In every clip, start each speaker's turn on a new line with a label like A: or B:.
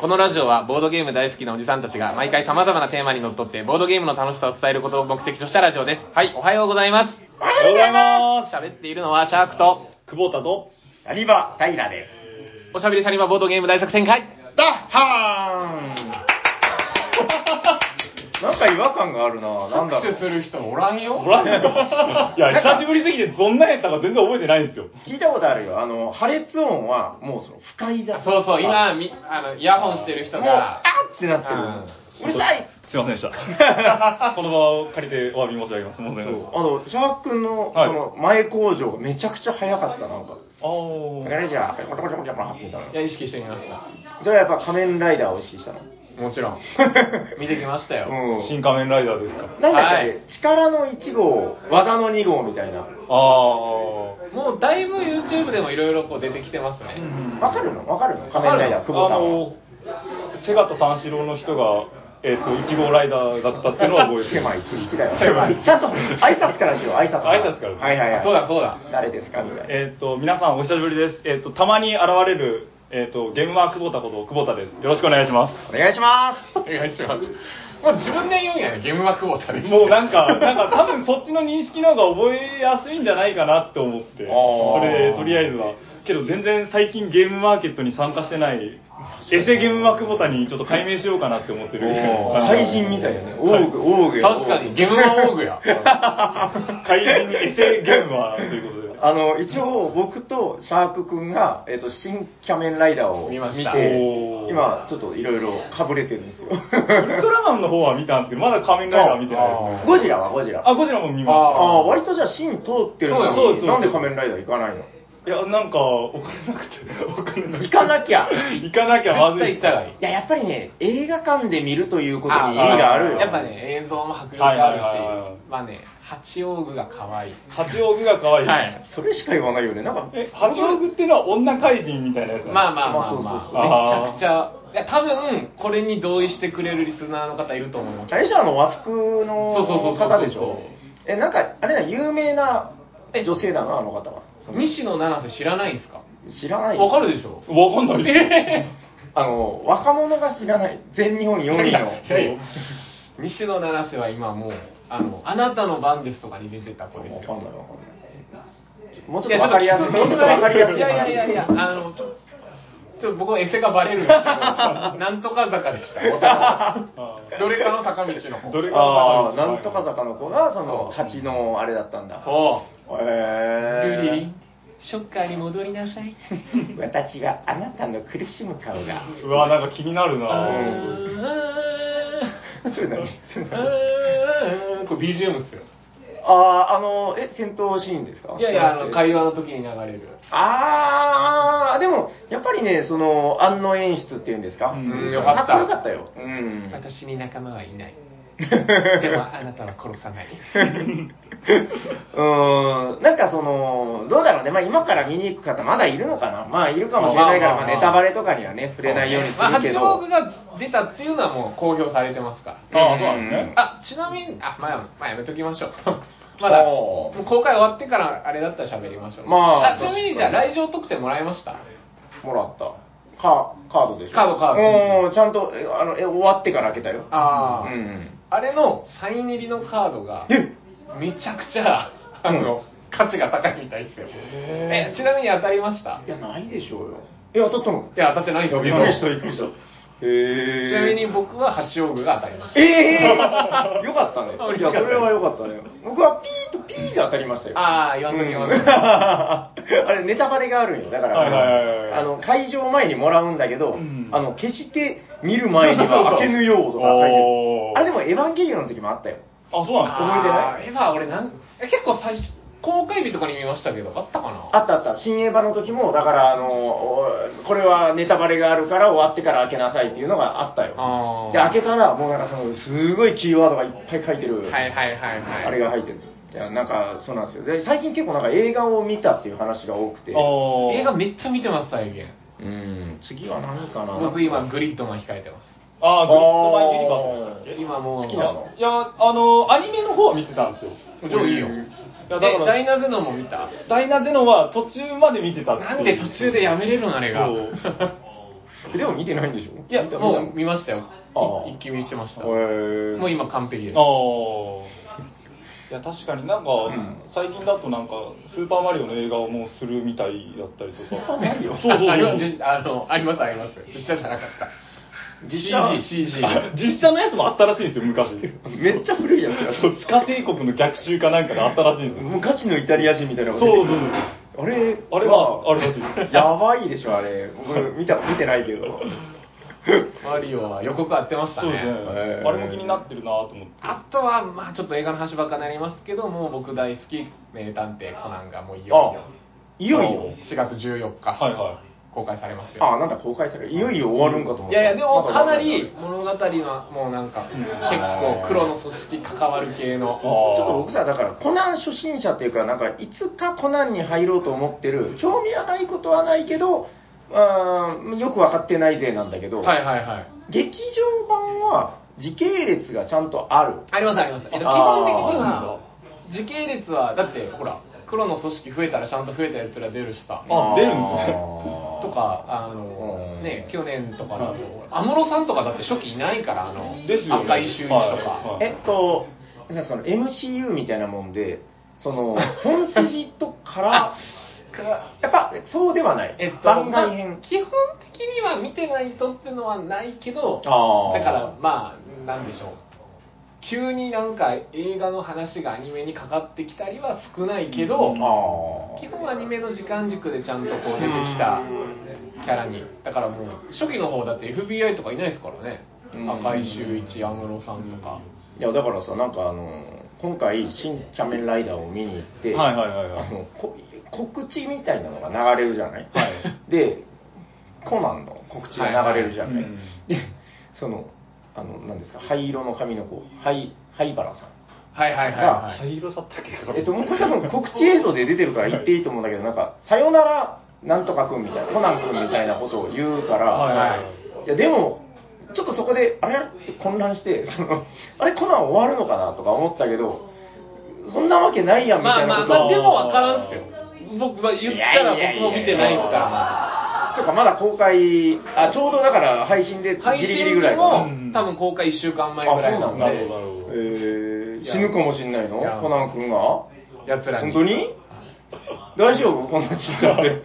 A: このラジオはボードゲーム大好きなおじさんたちが毎回様々なテーマにのっとってボードゲームの楽しさを伝えることを目的としたラジオです。はい、おはようございます。
B: おはようございま
A: 喋っているのはシャークと、
C: 久保田と、
B: す。サニバ・タイラです。
A: おしゃべりサニバボードゲーム大作戦会。
B: ダッハーンなんか違和感があるななんだ
D: 拍
B: ろ
D: 手す
B: う。
D: る人もおらんよ。
C: おらんの いや、久しぶりすぎてどんなんやったか全然覚えてないんですよ。
B: 聞いたことあるよ。あの、破裂音はもうその不快 だ。
A: そうそう、今、みあの、イヤホンしてる人
B: もう、あ
A: が、
B: ーってなってる。うるさい
C: すいませんで した。この場を借りてお詫び申し上げます。申し
B: そ
C: 訳
B: うあの、シャーク君の
C: はい
B: その前工場がめちゃくちゃ早かった、なんか。だか
C: ないです。
B: らじゃあ、こちゃこちゃこちゃこちゃみたいない
A: や、意識してみました。
B: それはやっぱ仮面ライダーを意識したの。
A: もちろん。見てきましたよ。
C: あ
B: う
C: ー
B: ん。
C: 新仮面ライダーですか。
B: なんだっけ、
A: はい
B: 力の1号、技の2号みたいな。
C: あ
A: もうだいぶ YouTube でもいろいろこう出てきてますね。
C: ー。
B: わかるのわかるの仮面ライダー、久保
C: あ
B: 田は。
C: の、セガと三四郎の人が、えっと、1号ライダーだったっていうのは覚えてる。
B: 狭い知識だよ。
C: 狭い
B: ちゃんと挨拶からしよう、挨拶から。
C: 挨拶から
B: はいはいはい。
A: そうだそうだ。
B: 誰ですかみたいな。
C: えっと、皆さんお久しぶりです。えっと、たまに現れる、えっと、ゲームは久保田こと久保田です。よろしくお願いします。
B: お願いします。
A: お願いします。もう自分で言うんやね、ゲームは久保田です。
C: もうなんか、なんか多分そっちの認識の方が覚えやすいんじゃないかなって思って、
B: あー
C: それでとりあえずは。けど全然最近ゲームマーケットに参加してない、エセゲームマークボタンにちょっと解明しようかなって思ってる。
B: 怪人みたいなね。オ
C: はい
B: ーグ、オーグや
A: 確かに、ゲームはオーグや。
C: 怪人エセゲームはということで。
B: あの、一応僕とシャークくんが、えっ、と、新仮面ライダーを
A: 見
B: 見
A: ま
B: て、
A: した
C: おー
B: 今、ちょっといろいろ被れてるんですよ。
C: ウルトラマンの方は見たんですけど、まだ仮面ライダーは見てないですね。
B: ゴジラはゴジラ。
C: あ、ゴジラも見ました。
B: ああ、割とじゃあ、芯通ってるの
A: そう
C: よ
B: に、
C: そうよ
B: なんで仮面ライダー行かないの
C: いや、なんか、お金なくて、お金なく
B: 行
C: て。
B: かな きゃ。い
C: 行かなきゃまずい。
A: 絶対行った方がいい。
B: や、やっぱりね、映画館で見るということに意味があるよ。
A: やっぱね、映像も迫力あるし、
C: はいはいはいはい
A: まあね、八王具が可愛い。
C: 八王子が可愛い。
B: それしか言わないよね。なんか、
C: え、八王子っていうのは女怪人みたいなやつなんですか
A: まあまあまあ
B: まあそうそう
C: そう
A: まあ、めちゃくちゃ、いや、多分、これに同意してくれるリスナーの方いると思います
B: あ。れじゃあの和服の
A: そうそうそうそう
B: 方でし
A: そう
B: ょえなんかあれだ有名な
A: え
B: 女性だなあの方は
A: 西野七瀬知らないんすか
B: 知らない
A: わかるでしょ
C: わかんないで
B: あの若者が知らない全日本4位の
A: いやいや 西野七瀬は今もう、あの、あなたの番ですとかに出てた子です
B: わ
A: よ
B: か。んないわかんないもうちょっとわかりやすいもうちょっとわかりやすい
A: いやいやいやいや、あの、ちょちょっと僕のエセがバレるんです けど、なんとか坂でした。
C: す
A: どれかの坂道の方。
C: どれ
B: あ
C: が
B: あなんとか坂の子がその蜂のあれだったんだ
A: そう。
B: へえ
A: ルリリン、ショッカーに戻りなさい。
B: 私があなたの苦しむ顔 が
C: うわなんか気になるな
A: あ
C: ぁ
A: ー
B: それ何それ
A: あ
B: 何
A: ーこれ BGM ですよ。
B: あーあのえ戦闘シーンですか
A: いやいや、あの会話の時に流れる。
B: あー、でも、やっぱりね、その、案の演出っていうんですか。
C: うん
A: よかった
B: かっこよかったよ。うん。
A: 私に仲間はいない。でもあなたは殺さ ない。
B: うーん、 なんかその、どうだろうね。まあ今から見に行く方まだいるのかなまあいるかもしれないから、
A: まあまあまあ
B: まあネタバレとかにはね、触れないようにするけ
A: まあ、八王
B: ど
A: 子。が出たっていうのはもう公表されてますから。
C: ああそうなんですね
A: あ、ちなみに、あ、まあ、まあ、やめときましょう。 まだ、も
B: おー
A: う公開終わってからあれだったら喋りましょう。
B: まあ
A: ちなみにじゃあ来場特典もらいました
B: もらった。カカードでしょ
A: カードカード
B: うん、ちゃんと、えあの、え終わってから開けたよ。
A: あ
B: う
A: あ、
B: ん。
A: あれのサイン入りのカードが、
B: え
A: めちゃくちゃ、あの、価値が高いみたいですよ。え、ちなみに当たりました
B: いや、ないでしょうよ。いや、当たったの
A: いや、当たってないですけど、
B: びっくりした。へえ。
A: ちなみに僕は八王子が当たりました。
B: ええよかったね
A: あ。
B: いや、それはよかったね。僕はピーとピーで当たりましたよ。
A: ああ、言わんときましょう。
B: あれ、ネタバレがあるん よ。だか
C: はいはいはいはい
B: ら、あの、会場前にもらうんだけど、
C: ん
B: あの、決して見る前には開けぬようとか書いて
C: おー
B: る。あれでも、エヴァンゲリオンの時もあったよ。
C: あそうなん
B: 覚えてない
A: いエヴァ俺なんえ結構最初公開日とかに見ましたけどあったかな
B: あったあった。新エヴァの時も、だから、あの、おこれはネタバレがあるから終わってから開けなさいっていうのがあったよ
A: あー。
B: で、開けたら、もうなんかその、すごいキーワードがいっぱい書いてる。
A: はいはいはいはい
B: あれが入ってる。いや、なんか、そうなんですよ。で、最近結構なんか映画を見たっていう話が多くて。
C: おー
A: 映画めっちゃ見てます最近
B: うん。次は何かな
A: 僕今グリッドマン控えてま
C: あーグリッドマンユニバースでし
A: す
C: たっけ
A: 今もう
B: 好きなの
C: いやあのアニメの方は見てたんですよ
A: 超いいよ
B: うん
C: いやだから
A: えダイナゼノも見た
C: ダイナゼノは途中まで見てたっていう
A: なんで途中でやめれるんあれが
C: そう
B: でも見てないんでしょ
A: いや、
B: 見た
A: もう見
B: 見
A: ましたよ
B: ああ。
A: い一気見してました。
B: た
A: も
B: へー
A: う今完璧です。
C: ああ。いや、確かになんか、
B: ん
C: 最近だとなんか、スーパーマリオの映画をもうするみたいだったりとか。スーパーマリオそうそうそ う。
A: ありますあの、あります、あります。実写じゃなかった。
B: 実写
A: CG、CG。
C: あ実写のやつもあったらしいんですよ、昔。
B: めっちゃ古いやつや
C: そう、地下帝国の逆襲かなんかがあったらしいんですよ。
B: もうガチのイタリア人みたいなのが
C: そう
B: 出
C: そ
B: て
C: う
B: く
C: そう
B: る。あれ
C: あれはあれだし
B: やばいでしょあれ僕見た見てないけど
A: マリオは予告あってました
C: そうですね
A: ね。
B: へ。ー
C: あれも気になってるなと思って。
A: あとは、まあちょっと映画の話ばっかになりますけど、もう僕大好き、名探偵コナンがもういよ
B: あいよいよ
A: いよ、4月14日、
C: はいは
A: 公開されますよ。
B: あなんだ公開されるいよいよ終わるんかと思っ
A: い
B: た
A: やいや、でも
B: まだ
A: か
B: 終わ
A: なんり物語はもうなんか、
C: うん
A: 結構黒の組織関わる系の。
C: あ
B: ちょっと僕さだからコナン初心者っていうかなんかいつかコナンに入ろうと思ってる興味はないことはないけどあーよく分かってないぜなんだけど、
A: はいはいはい。
B: 劇場版は時系列がちゃんとある
A: ありますあります。えっと基
B: あー
A: 本的には、時系列は、だってほら、黒の組織増えたらちゃんと増えたやつら出るしさ。
C: あ出るんですね
B: あ ー
A: とか、あの
B: う、ん
A: ね、去年とかだ
C: はい
A: と、安室さんとかだって初期いないから、あの、
C: ですよね
A: 赤い周一と
C: は
A: か。
B: えっとじゃあその MCU みたいなもんでその本筋とから
A: か
B: やっぱそうではない、
A: えっと、
B: 番外編
A: まあ、基本的には見てないとってのはないけど、
B: あー
A: だから、まあ、なんでしょう。急になんか映画の話がアニメにかかってきたりは少ないけど、
B: あ
A: 基本アニメの時間軸でちゃんとこう出てきたキャラにだからもう初期の方だって FBI とかいないですからね
B: うん
A: 赤井秀一安室さんとか
B: ーいやだからさなんかあの今回「新キャメンライダー」を見に行って、
C: はいはいはいは
B: あ
C: い。
B: のこ告知みたいなのが流れるじゃない、でコナンの告知が流れるじゃない、
C: はいはいうん
B: でそのあの何ですか灰色の髪の子灰灰原さん
A: はいはいはいは
C: 灰色だったっけ
B: えっと、もうこれ多分告知映像で出てるから言っていいと思うんだけど、なんか、さよなら、なんとかくんみたいな、コナンくんみたいなことを言うから、
C: はいはい
B: い、や、でも、ちょっとそこで、あれって混乱して、その、あれ、コナン終わるのかなとか思ったけど、そんなわけないや
A: い
B: んみ
A: ま
B: た
A: あ
B: いな
A: ま
B: こ
A: あ
B: と
A: ま
B: を
A: あでもわからんっすよ僕は言ったら僕も見てないですから
B: そうか、まだ公開、あ、ちょうどだから配信でギ
A: 配
B: リギ
A: 信
B: リぐらいか
A: も
B: な。
A: 多分公開1週間前ぐらいなん
B: あ
C: なるほどな
A: で
C: るほど。
B: えー、死ぬかもしんないの
A: いや
B: コナンくんが
A: やつらに
B: 本当に大丈夫こんな死んじゃって。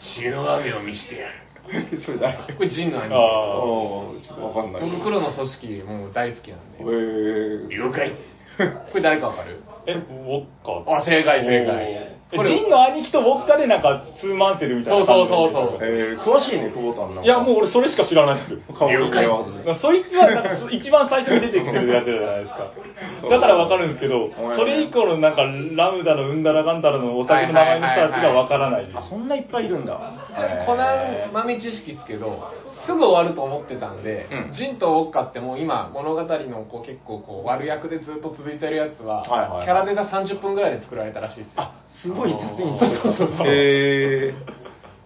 A: 死ぬわけを見してやる
B: それ誰
A: これジンのアニメ
B: あ
C: あ
B: ーちょっとわかんない。
A: 僕黒の組織もう大好きなんで
B: えー、
A: 了解これ誰かわかる
C: あ。え、ウォッカ
A: あ正解正解
C: これ、ジンの兄貴とウォッカでなんか、ツーマンセルみたいな感じ
A: そうそうそうそう
B: えー、詳しいね、久保田の。
C: いや、もう俺それしか知らないです。
B: 顔色が合わず
C: そいつはなんか一番最初に出てきてるやつじゃないですか。だからわかるんですけど、それ以降のなんか、ラムダのうんだらかんだらのお酒の名前の人たちがわからないです。
B: あ、そんないっぱいいるんだ。
A: ちなみにコナン豆知識ですけど、すぐ終わると思ってたんで、
B: うん
A: ジンとウォッカってもう今、物語のこう結構こう悪役でずっと続いてるやつは、
B: はいはい
A: キャラデザ30分ぐらいで作られたらしいですよ。
B: すごい雑に。
A: そうそうそうそう
B: え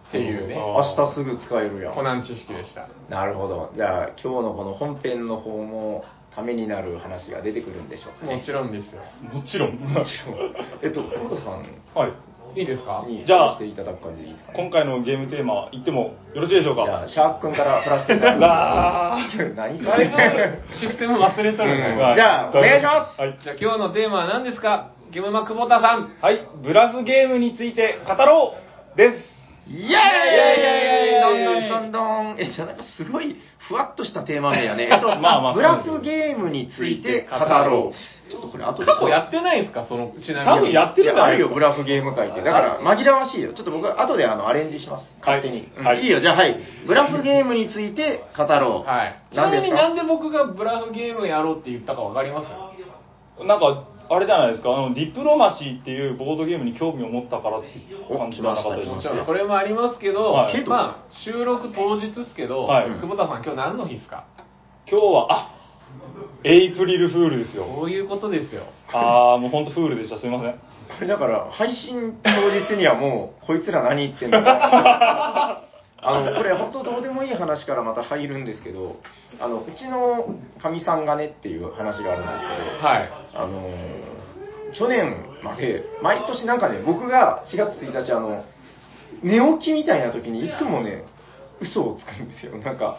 A: っていうね
B: ー、、明日すぐ使えるや
A: コ
B: ん。
A: ナン知識でした。
B: なるほど。じゃあ、今日のこの本編の方も、ためになる話が出てくるんでしょうか
A: も
B: ね。
A: ちろんですよ。
C: もちろん。もちろん。
B: えっと、久保田さ
C: はい。
A: いいですか
B: んに
C: じゃあ
B: していただく感じでいいですかね。
C: 今回のゲームテーマ、言ってもよろしいでしょう
B: じゃ
C: か
B: あ、シャーク君から振らせていただきます。何そ
A: だい
B: れ
A: ぶシステム忘れとるね。
B: うんじゃあお願いします
C: はい。
A: じゃあ今日のテーマは何ですかゲムマ久保田さん。
C: はい、ブラフゲームについて語ろうです。
B: イエーイ
A: イエーイ
B: どんどんどんどんえ、じゃあなんかすごいふわっとしたテーマ名やね。えっと、
C: まあまあ
B: ブラフゲームについて語ろう。ちょっとこれ後で。
A: 過去やってないですかその、ちなみに。
C: 多分やって
B: い
C: る
B: や
C: から
B: あるよ、ブラフゲーム会って。だから紛らわしいよ。ちょっと僕後であのアレンジします。勝手に。
C: はい
B: うんいいよ、じゃあはい。ブラフゲームについて語ろう。
A: はい。ちな
B: 何
A: み
B: です
A: になん
B: か
A: で僕がブラフゲームやろうって言ったかわかります
C: なんか、あれじゃないですか、あの、ディプロマシーっていうボードゲームに興味を持ったからっていう感じじゃなかったでしょ
B: お
A: も
C: う
A: ち
C: か
A: ろんそれもありますけど、
C: はい
B: けど
A: まあ収録当日ですけど、
C: はい
A: 久保田さん今日何の日ですか
C: 今日は、あエイプリルフールですよ。
A: そういうことですよ
C: あー、もう本当フールでした、すいません。
B: これだから配信当日にはもう、こいつら何言ってんだあの、これ本当どうでもいい話からまた入るんですけど、あの、うちのかみさんがねっていう話があるんですけど、
A: はい
B: あのー去年まで、毎年なんかね、僕が4月1日、あの、寝起きみたいな時にいつもね、嘘をつくんですよ。なんか、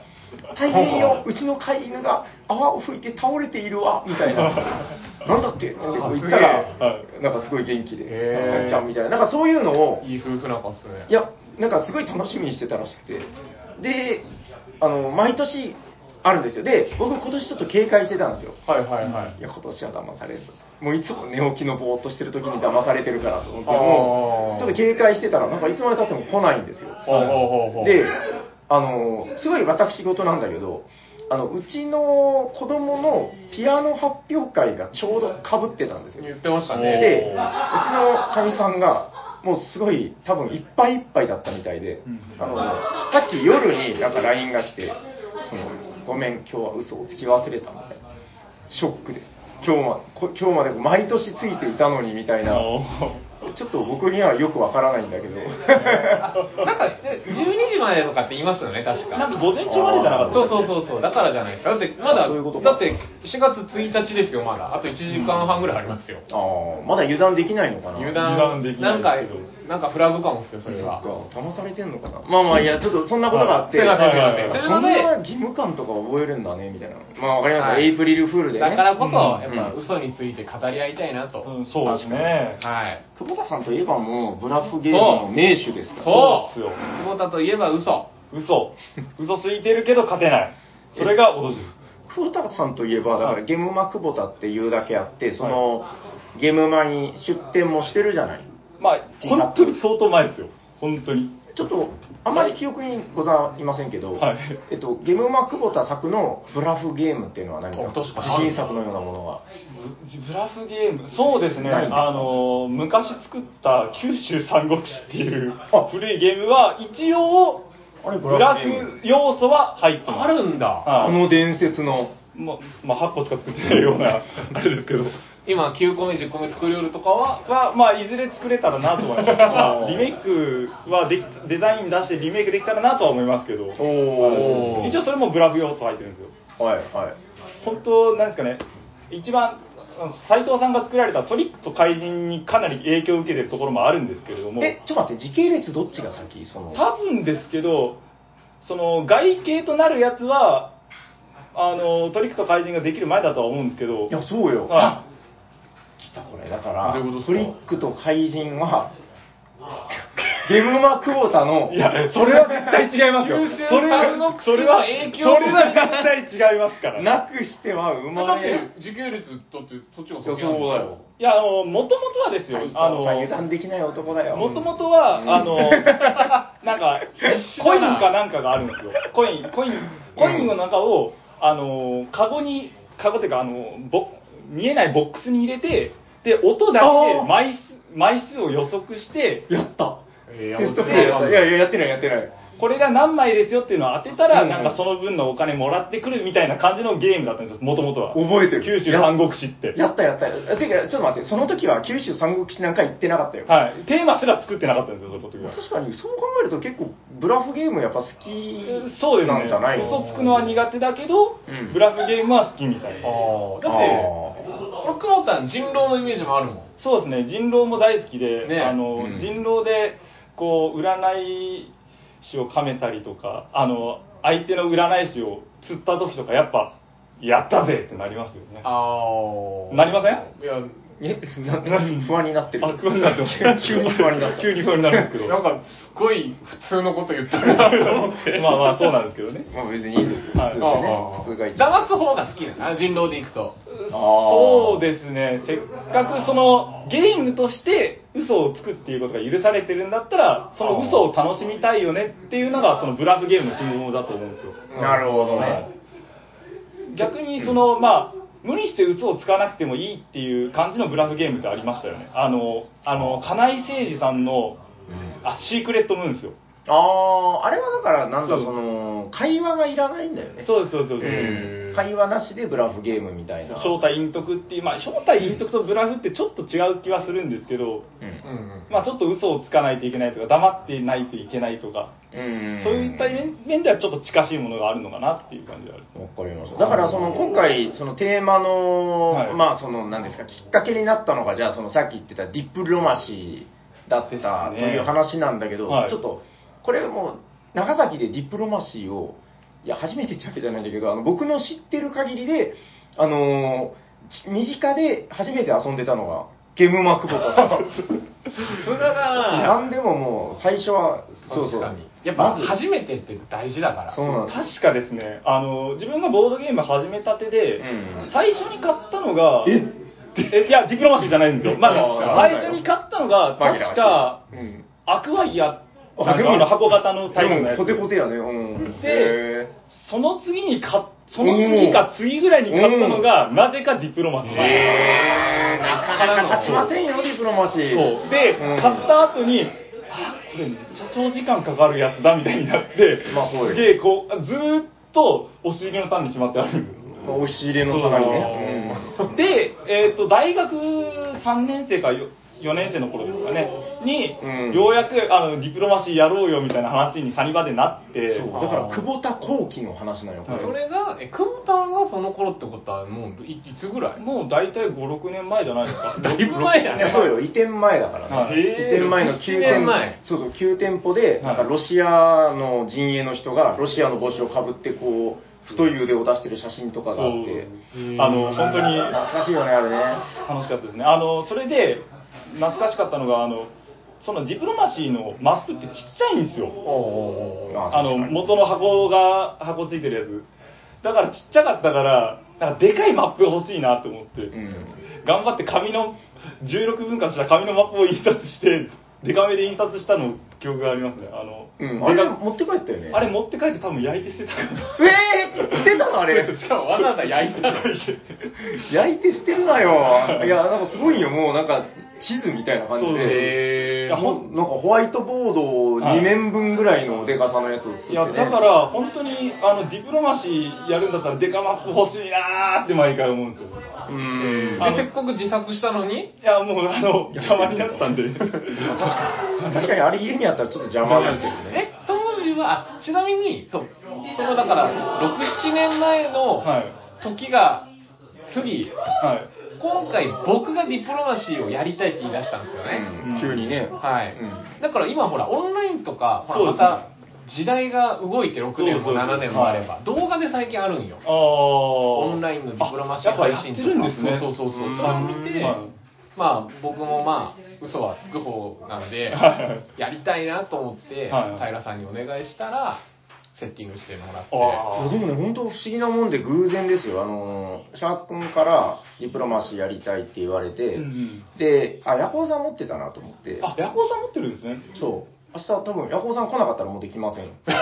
B: 大変よ、うちの飼い犬が泡を吹いて倒れているわ、みたいな。なんだってっつってこう言ったら、なんかすごい元気で、
A: へー
B: ちゃんみたいな。なんかそういうのを、
A: いい夫婦仲っすね。
B: いや、なんかすごい楽しみにしてたらしくて。で、あの、毎年あるんですよ。で、僕今年ちょっと警戒してたんですよ。
A: はいはいはい
B: い。や、今年は騙される。もういつも寝起きのぼーっとしてる時に騙されてるからと思って、も
A: あー
B: う、ちょっと警戒してたら、なんかいつまで経っても来ないんですよ。
A: ほうほうほうほう。
B: で、あの、すごい私事なんだけど、あの、うちの子供のピアノ発表会がちょうど被ってたんですよ。
A: 言ってました
C: おー
A: ね。
B: で、うちのかみさんが、もうすごい、多分いっぱいいっぱいだったみたいで、
C: うん
B: あのさっき夜になんか LINE が来て、そのごめん、今日は嘘をつき忘れたみたいな、ショックです、今日まこ今日まで毎年ついていたのにみたいな、
C: お
B: ちょっと僕にはよくわからないんだけど、
A: なんか、で12時までとかって言いますよね、確か。
C: なんか午前中までじゃなかった
A: そうそうそうそう、だからじゃないですか。だって、まだ、
B: そういうことか
A: だって、4月1日ですよ、まだ。あと1時間半ぐらいありますよ。
B: あーまだ油断できないのかな。
A: 油
C: 油
A: 断、
C: 断でき
A: な
C: なんい
A: か
C: ですけど、
A: なんかフラグ感ですよ、それ
B: そっ
A: は。
B: か、騙されてんのかな。まあまあ、いや、ちょっとそんなことがあって、
A: はい
C: はいはい
A: はい
B: そんな義務感とか覚えるんだね、みたいな。まあわかりました、
A: はい
B: エイプリルフールでね。
A: だからこそ、やっぱ
B: うん
A: 嘘について語り合いたいなと。
C: うんそうですね
A: はい。
B: 久保田さんといえばもう、ブラフゲームの名手ですから。
A: そう
C: そうっすよ
A: 久保田といえば嘘。
C: 嘘嘘ついてるけど勝てないそれがオドジ
B: 久保田さんといえば、だか
C: は
B: ら
C: い
B: ゲームマ久保田っていうだけあって、その、ゲームマに出店もしてるじゃない。
C: まあ本当に相当前ですよ本当に
B: ちょっと、あんまり記憶にございませんけど、
C: はい
B: えっと、ゲームマ久保田作のブラフゲームっていうのは何か、
A: あ確かに
B: 自信作のようなものが。
C: ブブラフゲームそうですね
B: ないんですか
C: あの昔作った「九州三国志」っていう
B: あ
C: 古いゲームは一応
B: あれ、ブ
C: ブ
B: ラ
C: ラ
B: フゲーム
C: フ。要素は入ってます
A: あるんだ。
B: あの伝説の。
C: ままあ8個しか作ってないようなあれですけど
A: 今、9個目、10個目作りよるとかは、
C: はまあいずれ作れたらなと思います、まあ、リメイクはできデザイン出してリメイクできたらなとは思いますけど
B: お
A: ー
C: 一応それもブラフ要素入ってるんですよ
B: はいはい。
C: 本当なんですかね一番斎藤さんが作られたトリックと怪人にかなり影響を受けてるところもあるんですけれども
B: え、ちょっと待って、時系列どっちが先その。
C: 多分ですけどその外形となるやつはあのトリックと怪人ができる前だとは思うんですけど
B: いや、そうよ。
C: は
B: 来たこれだから
A: どういうことですか
B: トリックと怪人はゲムマクボタの
C: いや、それは絶対違いますよ。
A: 九州
C: それは
A: 三国志
C: それ
A: の
C: は、
A: 影響
C: それは絶対違いますから。
B: なくしては生
A: だ
B: ま
A: っ
B: れない
A: て、時系列とって、そっちが
B: 予
A: 先なんでし
B: 想
A: ょ
B: だよ。
C: いや、あの、もともとはですよ
B: 斎、藤さ
C: あ
B: ん
C: の、
B: 油断できない男だよ
C: もともと
B: うん
C: は、あの、 なん か
A: 必、死だな
C: コインかなんかがあるんですよ。コイン、コイン、コインの中を、あの、カゴに、カゴっていうか、あの、ぼ見えないボックスに入れて、で、音だ
B: あ
C: け
B: ー
C: 枚数、枚数を予測して、
B: やった
A: えー
B: テストプレイやったいやいややってないやってない
C: これが何枚ですよっていうのを当てた
B: う
C: ら、
B: んうん
C: なんかその分のお金もらってくるみたいな感じのゲームだったんですよ、もともとは。
B: 覚えてる
C: 九州三国志って。
B: やったやったてかちょっと待ってその時は九州三国志なんか行ってなかったよ
C: はい。テーマすら作ってなかったんですよ、その時は。
B: 確かにそう考えると結構ブラフゲームやっぱ好き
C: そうです
B: な
C: ね。
B: んじゃないの
C: 嘘つくのは苦手だけど、
B: うん
C: ブラフゲームは好きみたいな。
A: ああ、だ
B: あ
A: って、これ、久保田の人狼のイメージもあるもん。
C: そうですね、人狼も大好きで、
A: ね
C: あの、
B: うん
C: 人狼で、こう、占い師を噛めたりとか、あの、相手の占い師を釣った時とか、やっぱ、やったぜってなりますよね。
A: ああ。
C: なりません
A: いや、
B: えなな不安になってる
C: あ不安になってます
B: 急に不安になった
C: 急に不安になるんですけど。
A: なんか、すごい普通のこと言ったなと思って。
C: まあまあそうなんですけどね。
B: まあ別にいいんですよ
C: はい
B: 普通
A: あ
B: が
A: ああ
B: ね
A: あ
B: 普通が一番
A: 騙す方が好きだな、人狼で行くと。
C: そうですね。せっかくそのゲームとして嘘をつくっていうことが許されてるんだったら、その嘘を楽しみたいよねっていうのがそのブラフゲームの基本だと思うんですよ。
B: なるほどね
C: 逆にその、まあ、無理して嘘をつかなくてもいいっていう感じのブラフゲームってありましたよね。あの、あの、金井誠司さんの、あ、シークレットムーンですよ。
B: あああれはだからなんだ
C: そう
B: その会話がいらないんだよね
C: そうです、そうです、そうです。
B: う
A: へ
B: ん
A: ー
B: 会話なしでブラフゲームみたいな
C: 正体隠匿っていう、まあ、正体隠匿とブラフってちょっと違う気はするんですけど、
B: うん
A: うん
C: まあ、ちょっと嘘をつかないといけないとか、黙ってないといけないとか、
B: うん
C: そういった面面ではちょっと近しいものがあるのかなっていう感じがある。
B: わかりましただからその今回そのテーマの、
C: はい
B: まあその何ですかきっかけになったのがじゃあそのさっき言ってたディプロマシーだった
C: です
B: と
C: ね
B: いう話なんだけど、
C: はい
B: ちょっとこれも長崎でディプロマシーを、いや、初めてってわけじゃないんだけど、あの僕の知ってる限りで、あのーち身近で初めて遊んでたのが、ゲムマクボタさん。
A: それだな
B: 何でももう、最初は、そうそ
A: 確
B: う。
A: かにやっぱ
B: まず
A: 初めてって大事だから
B: そうなんです。
C: 確かですね、あの、自分がボードゲーム始めたてで、
B: うん
C: 最初に買ったのが、えいや、ディプロマシーじゃないんですよ。まあ、
B: あー
C: 最初に買ったのが、
B: 紛
C: 確
B: らわしい
C: か、
B: うん
C: アクワイア、
B: あ
C: なん
B: で
C: か
B: も
C: あの箱型のタイプ
B: で
C: の
B: も
C: やつ。
B: コテコテやね。うん。
C: で
B: へ
C: その次に買っその次か次ぐらいに買ったのが、なぜかディプロマシー。
B: ーえー、なかなか勝ちませんよ、ディプロマシー。
C: そう。で、
B: うん
C: 買った後に、あ、これめっちゃ長時間かかるやつだみたいになって、
B: まあそうよ
C: すげえこう、ずーっと押し入れの単にしまってあるんですよ。
B: まあ押し入れの棚にね。
C: で、えっと大学3年生かよ4年生の頃ですかねに、
B: うん
C: ようやくあのディプロマシーやろうよみたいな話にサニバでなって
B: そうだから、久保田後期の話なのよ、これ
C: はい
A: それがえ久保田はその頃ってことはもういいつぐらい
C: もう大体56年前じゃないです か
A: だいぶ前じゃ
B: い
A: ね
B: やそうよ移転前だからね、
C: はい
B: 移転前の9
A: 7年前
B: そうそう9店舗でなんかロシアの陣営の人がロシアの帽子をかぶってこう太い腕を出してる写真とかがあって
C: そうあの本当に
B: 懐かしいよねあれね
C: 楽しかったですねあのそれで懐かしかったのがあのそのディプロマシーのマップってちっちゃいんですよ
A: おおーおーおー
B: あ
C: あの元の箱が箱ついてるやつだからちっちゃかったからなんかでかいマップが欲しいなと思って、
B: うん
C: 頑張って紙の16分割した紙のマップを印刷してデカめで印刷したの記憶がありますねあの、
B: うん、あ
C: で
B: れ
C: か
B: 持って帰ったよね
C: あれ持って帰って多分焼いて捨てた から
B: えー、捨てたのあれ
A: しかもわざわざ焼いたのに
B: 焼いて捨てるなよいやなんかすごいよもうなんか地図みたいな感じ
C: そう
B: で
A: へ
B: い
A: ー
B: やほんなんかホワイトボードを2面分ぐらいのデカさのやつを作って、ね、
C: いやだから本当にあのディプロマシーやるんだったらデカマップ欲しいなーって毎回思うんですよ
B: うん
C: あの
A: でせっかく自作したのに
C: いやもうあの邪魔になったんで
B: 確かにあれ家にあったらちょっと邪魔ですけどね。
A: え当時はあちなみにそうそのだから67年前の
C: はい
A: 時が次
C: はい
A: 今回僕がディプロマシーをやりたいって言い出したんですよね、
B: うん急にね。
A: はい、
B: うん
A: だから今ほらオンラインとか、ほ
C: そう
A: ら
C: で
A: ます
C: ね
A: た時代が動いて6年も
C: そうそうそう
A: 7年もあれば動画で最近あるんよ
C: あオ
A: オンラインのディプロマシー
C: やっぱ
A: 配
C: やって
A: 信と
C: るん
A: か
C: ですね
A: そうそうそうそう
B: うん
A: それを見て
C: はい
A: まあ僕もまあ嘘はつく方なんで
C: はい
A: やりたいなと思って
C: はい
A: 平さんにお願いしたらセッティングしてもらって
C: あ
B: いやでもね、本当不思議なもんで偶然ですよ。あのー、シャーク君からディプロマシーやりたいって言われて、
C: うんうん
B: で、あ、ヤコウさん持ってたなと思って、
C: あヤコウさん持ってるんですね
B: そう。明日多分ヤコウさん来なかったらもうできませんよ。い
C: あ、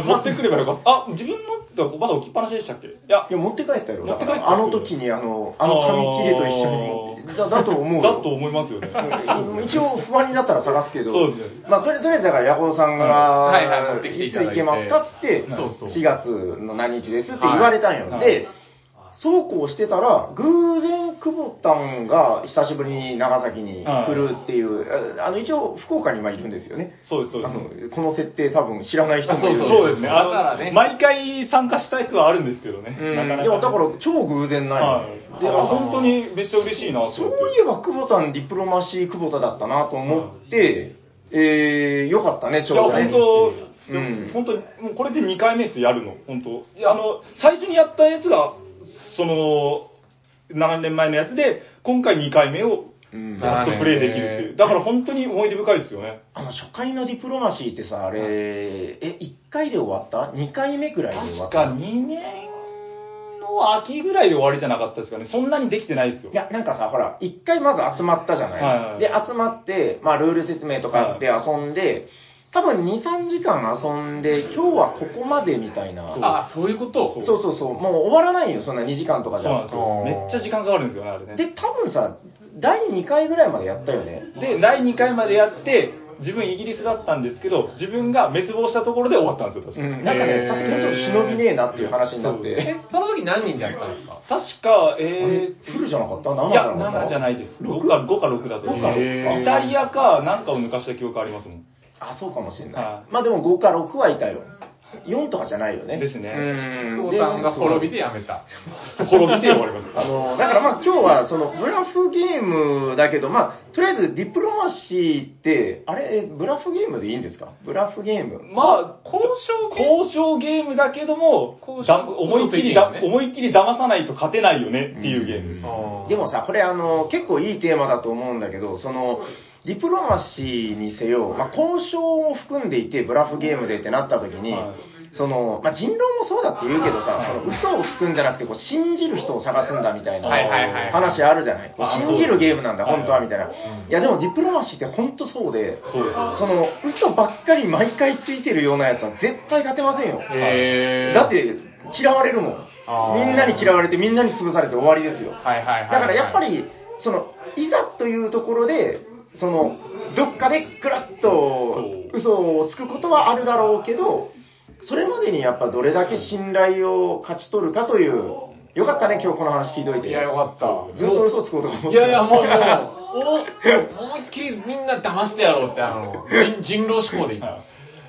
C: あ持ってくればよかった。あ、自分のってまだ置きっぱなしでしたっけいや、
B: や、持って帰ったよ。だ
C: 持
B: か
C: って帰っ
B: ら
C: た
B: あの時にあの、あの紙切れと一緒に持って、だだと思うよ。
C: だと思います よね。
B: うん一応不安になったら探すけど、
C: そうですね
B: まあ、とりとりあえずだから、ヤコウさんが、
A: はいはい持ってきて
B: い
A: い
B: つ
A: ただいて
B: 行けますかっつって、
A: そうそう
B: 4月の何日ですって言われたんよ。
C: はい
B: で、そうこうしてたら、偶然、久保田んが久しぶりに長崎に来るっていう、ああの一応、福岡に今いるんですよね。
C: そうです、そうで
B: あ
C: す。
B: のこの設定、多分知らない人もいる
A: あ
C: そうですね。あの
A: だからね
C: 毎回参加したい句はあるんですけどね。
B: うん
C: なかなか。
B: いやだから、超偶然なんよ
C: はい。
B: で
C: で、
B: あ
C: あ、本当にめっちゃ嬉しいなと
B: そ
C: 思
B: う
C: っ
B: い
C: て。
B: えば、久保田のディプロマシー久保田だったなと思って、えー、よかったね、ち
C: い
B: ょ
C: や、
B: うどね。
C: 本当、
B: うん
C: 本当に、もうこれで2回目です、やるの、本当。いや、あの、最初にやったやつが、その、7年前のやつで、今回2回目を、
B: うん
C: やっとプレイできるっていう。だから本当に思い出深いですよね。
B: あの、初回のディプロマシーってさ、あれ、え、1回で終わった ?2 回目くらいで終わ
C: 確
B: っ
C: か
B: た。
C: 2年の秋ぐらいで終わりじゃなかったですかね。そんなにできてないですよ。
B: いや、なんかさ、ほら、1回まず集まったじゃない、
C: はいはいはい
B: で、集まって、まあ、ルール説明とかで遊んで、多分2、3時間遊んで、今日はここまでみたいな。
C: そう
A: あそういうこと
B: そうそうそうもう終わらないよ、そんな2時間と
C: そ
B: か
C: う
B: じ
C: なん
B: ゃ
C: ですよ。めっちゃ時間かかるんですよね、あれね。
B: で、多分さ、第2回ぐらいまでやったよね。
C: で、第2回までやって、自分イギリスだったんですけど、自分が滅亡したところで終わったんですよ、確
B: う
C: か。
B: ん、なんか
A: へー
B: ね、さすがにちょっと忍びねえなっていう話になっ
A: え
B: て。
A: その時何人でやったんですか
C: 確か、
B: え
C: えー、
B: フルじゃなかった ?7
C: い
B: じゃ
C: や、
B: なかった
C: 7じゃないです。5
B: 六
C: か5か6だと思
B: 五
C: う
B: か六
C: イタリアかなんかを抜かした記憶ありますもん。
B: あ、そうかもしれない。
C: はい
B: まあでも5か6はいたよ。 4とかじゃないよね。
C: ですね
A: 久
B: うん。
A: 保さんが滅びてやめた。
C: 滅びて終わります。
B: あのだからまあ今日はそのブラフゲームだけど、まあ、とりあえずディプロマシーって、あれ、ブラフゲームでいいんですかブラフゲーム。
C: まあ、
A: 交渉ゲーム
C: 交渉ゲームだけども、
A: 交渉
C: だ思いっきり
A: 嘘つい
C: だ
A: ていいよね
C: 思いっきり騙さないと勝てないよねっていうゲームです。
B: でもさ、これあの、結構いいテーマだと思うんだけど、その、ディプロマシーにせよ、まあ、交渉を含んでいて、ブラフゲームでってなった時に、
C: はい
B: その、まあ、人狼もそうだって言うけどさ、その嘘をつくんじゃなくて、こう、信じる人を探すんだみたいな
A: はいはいはい
B: 話あるじゃない。こう
C: あ
B: 信じるゲームなんだ、
C: そう
B: 本当は、みたいな。いや、でもディプロマシーって本当そうで、
C: そうですよ
B: その、嘘ばっかり毎回ついてるようなやつは絶対勝てませんよ。
A: へー
B: だっ、て、嫌われるも
A: あ
B: ん。
A: ー
B: みんなに嫌われて、みんなに潰されて終わりですよ。
A: はいはいはいはい。
B: だからやっぱ、り、その、いざというところで、その、どっかでぐらっと嘘をつくことはあるだろうけど、それまでにやっぱどれだけ信頼を勝ち取るかという、よかったね、今日この話聞いといて。
A: いや、よかった。
B: ずっと嘘つこうと思って。
A: いやいや、もう、もう、お思いっきりみんな騙してやろうって、あの、人人狼思考でいい。
C: はい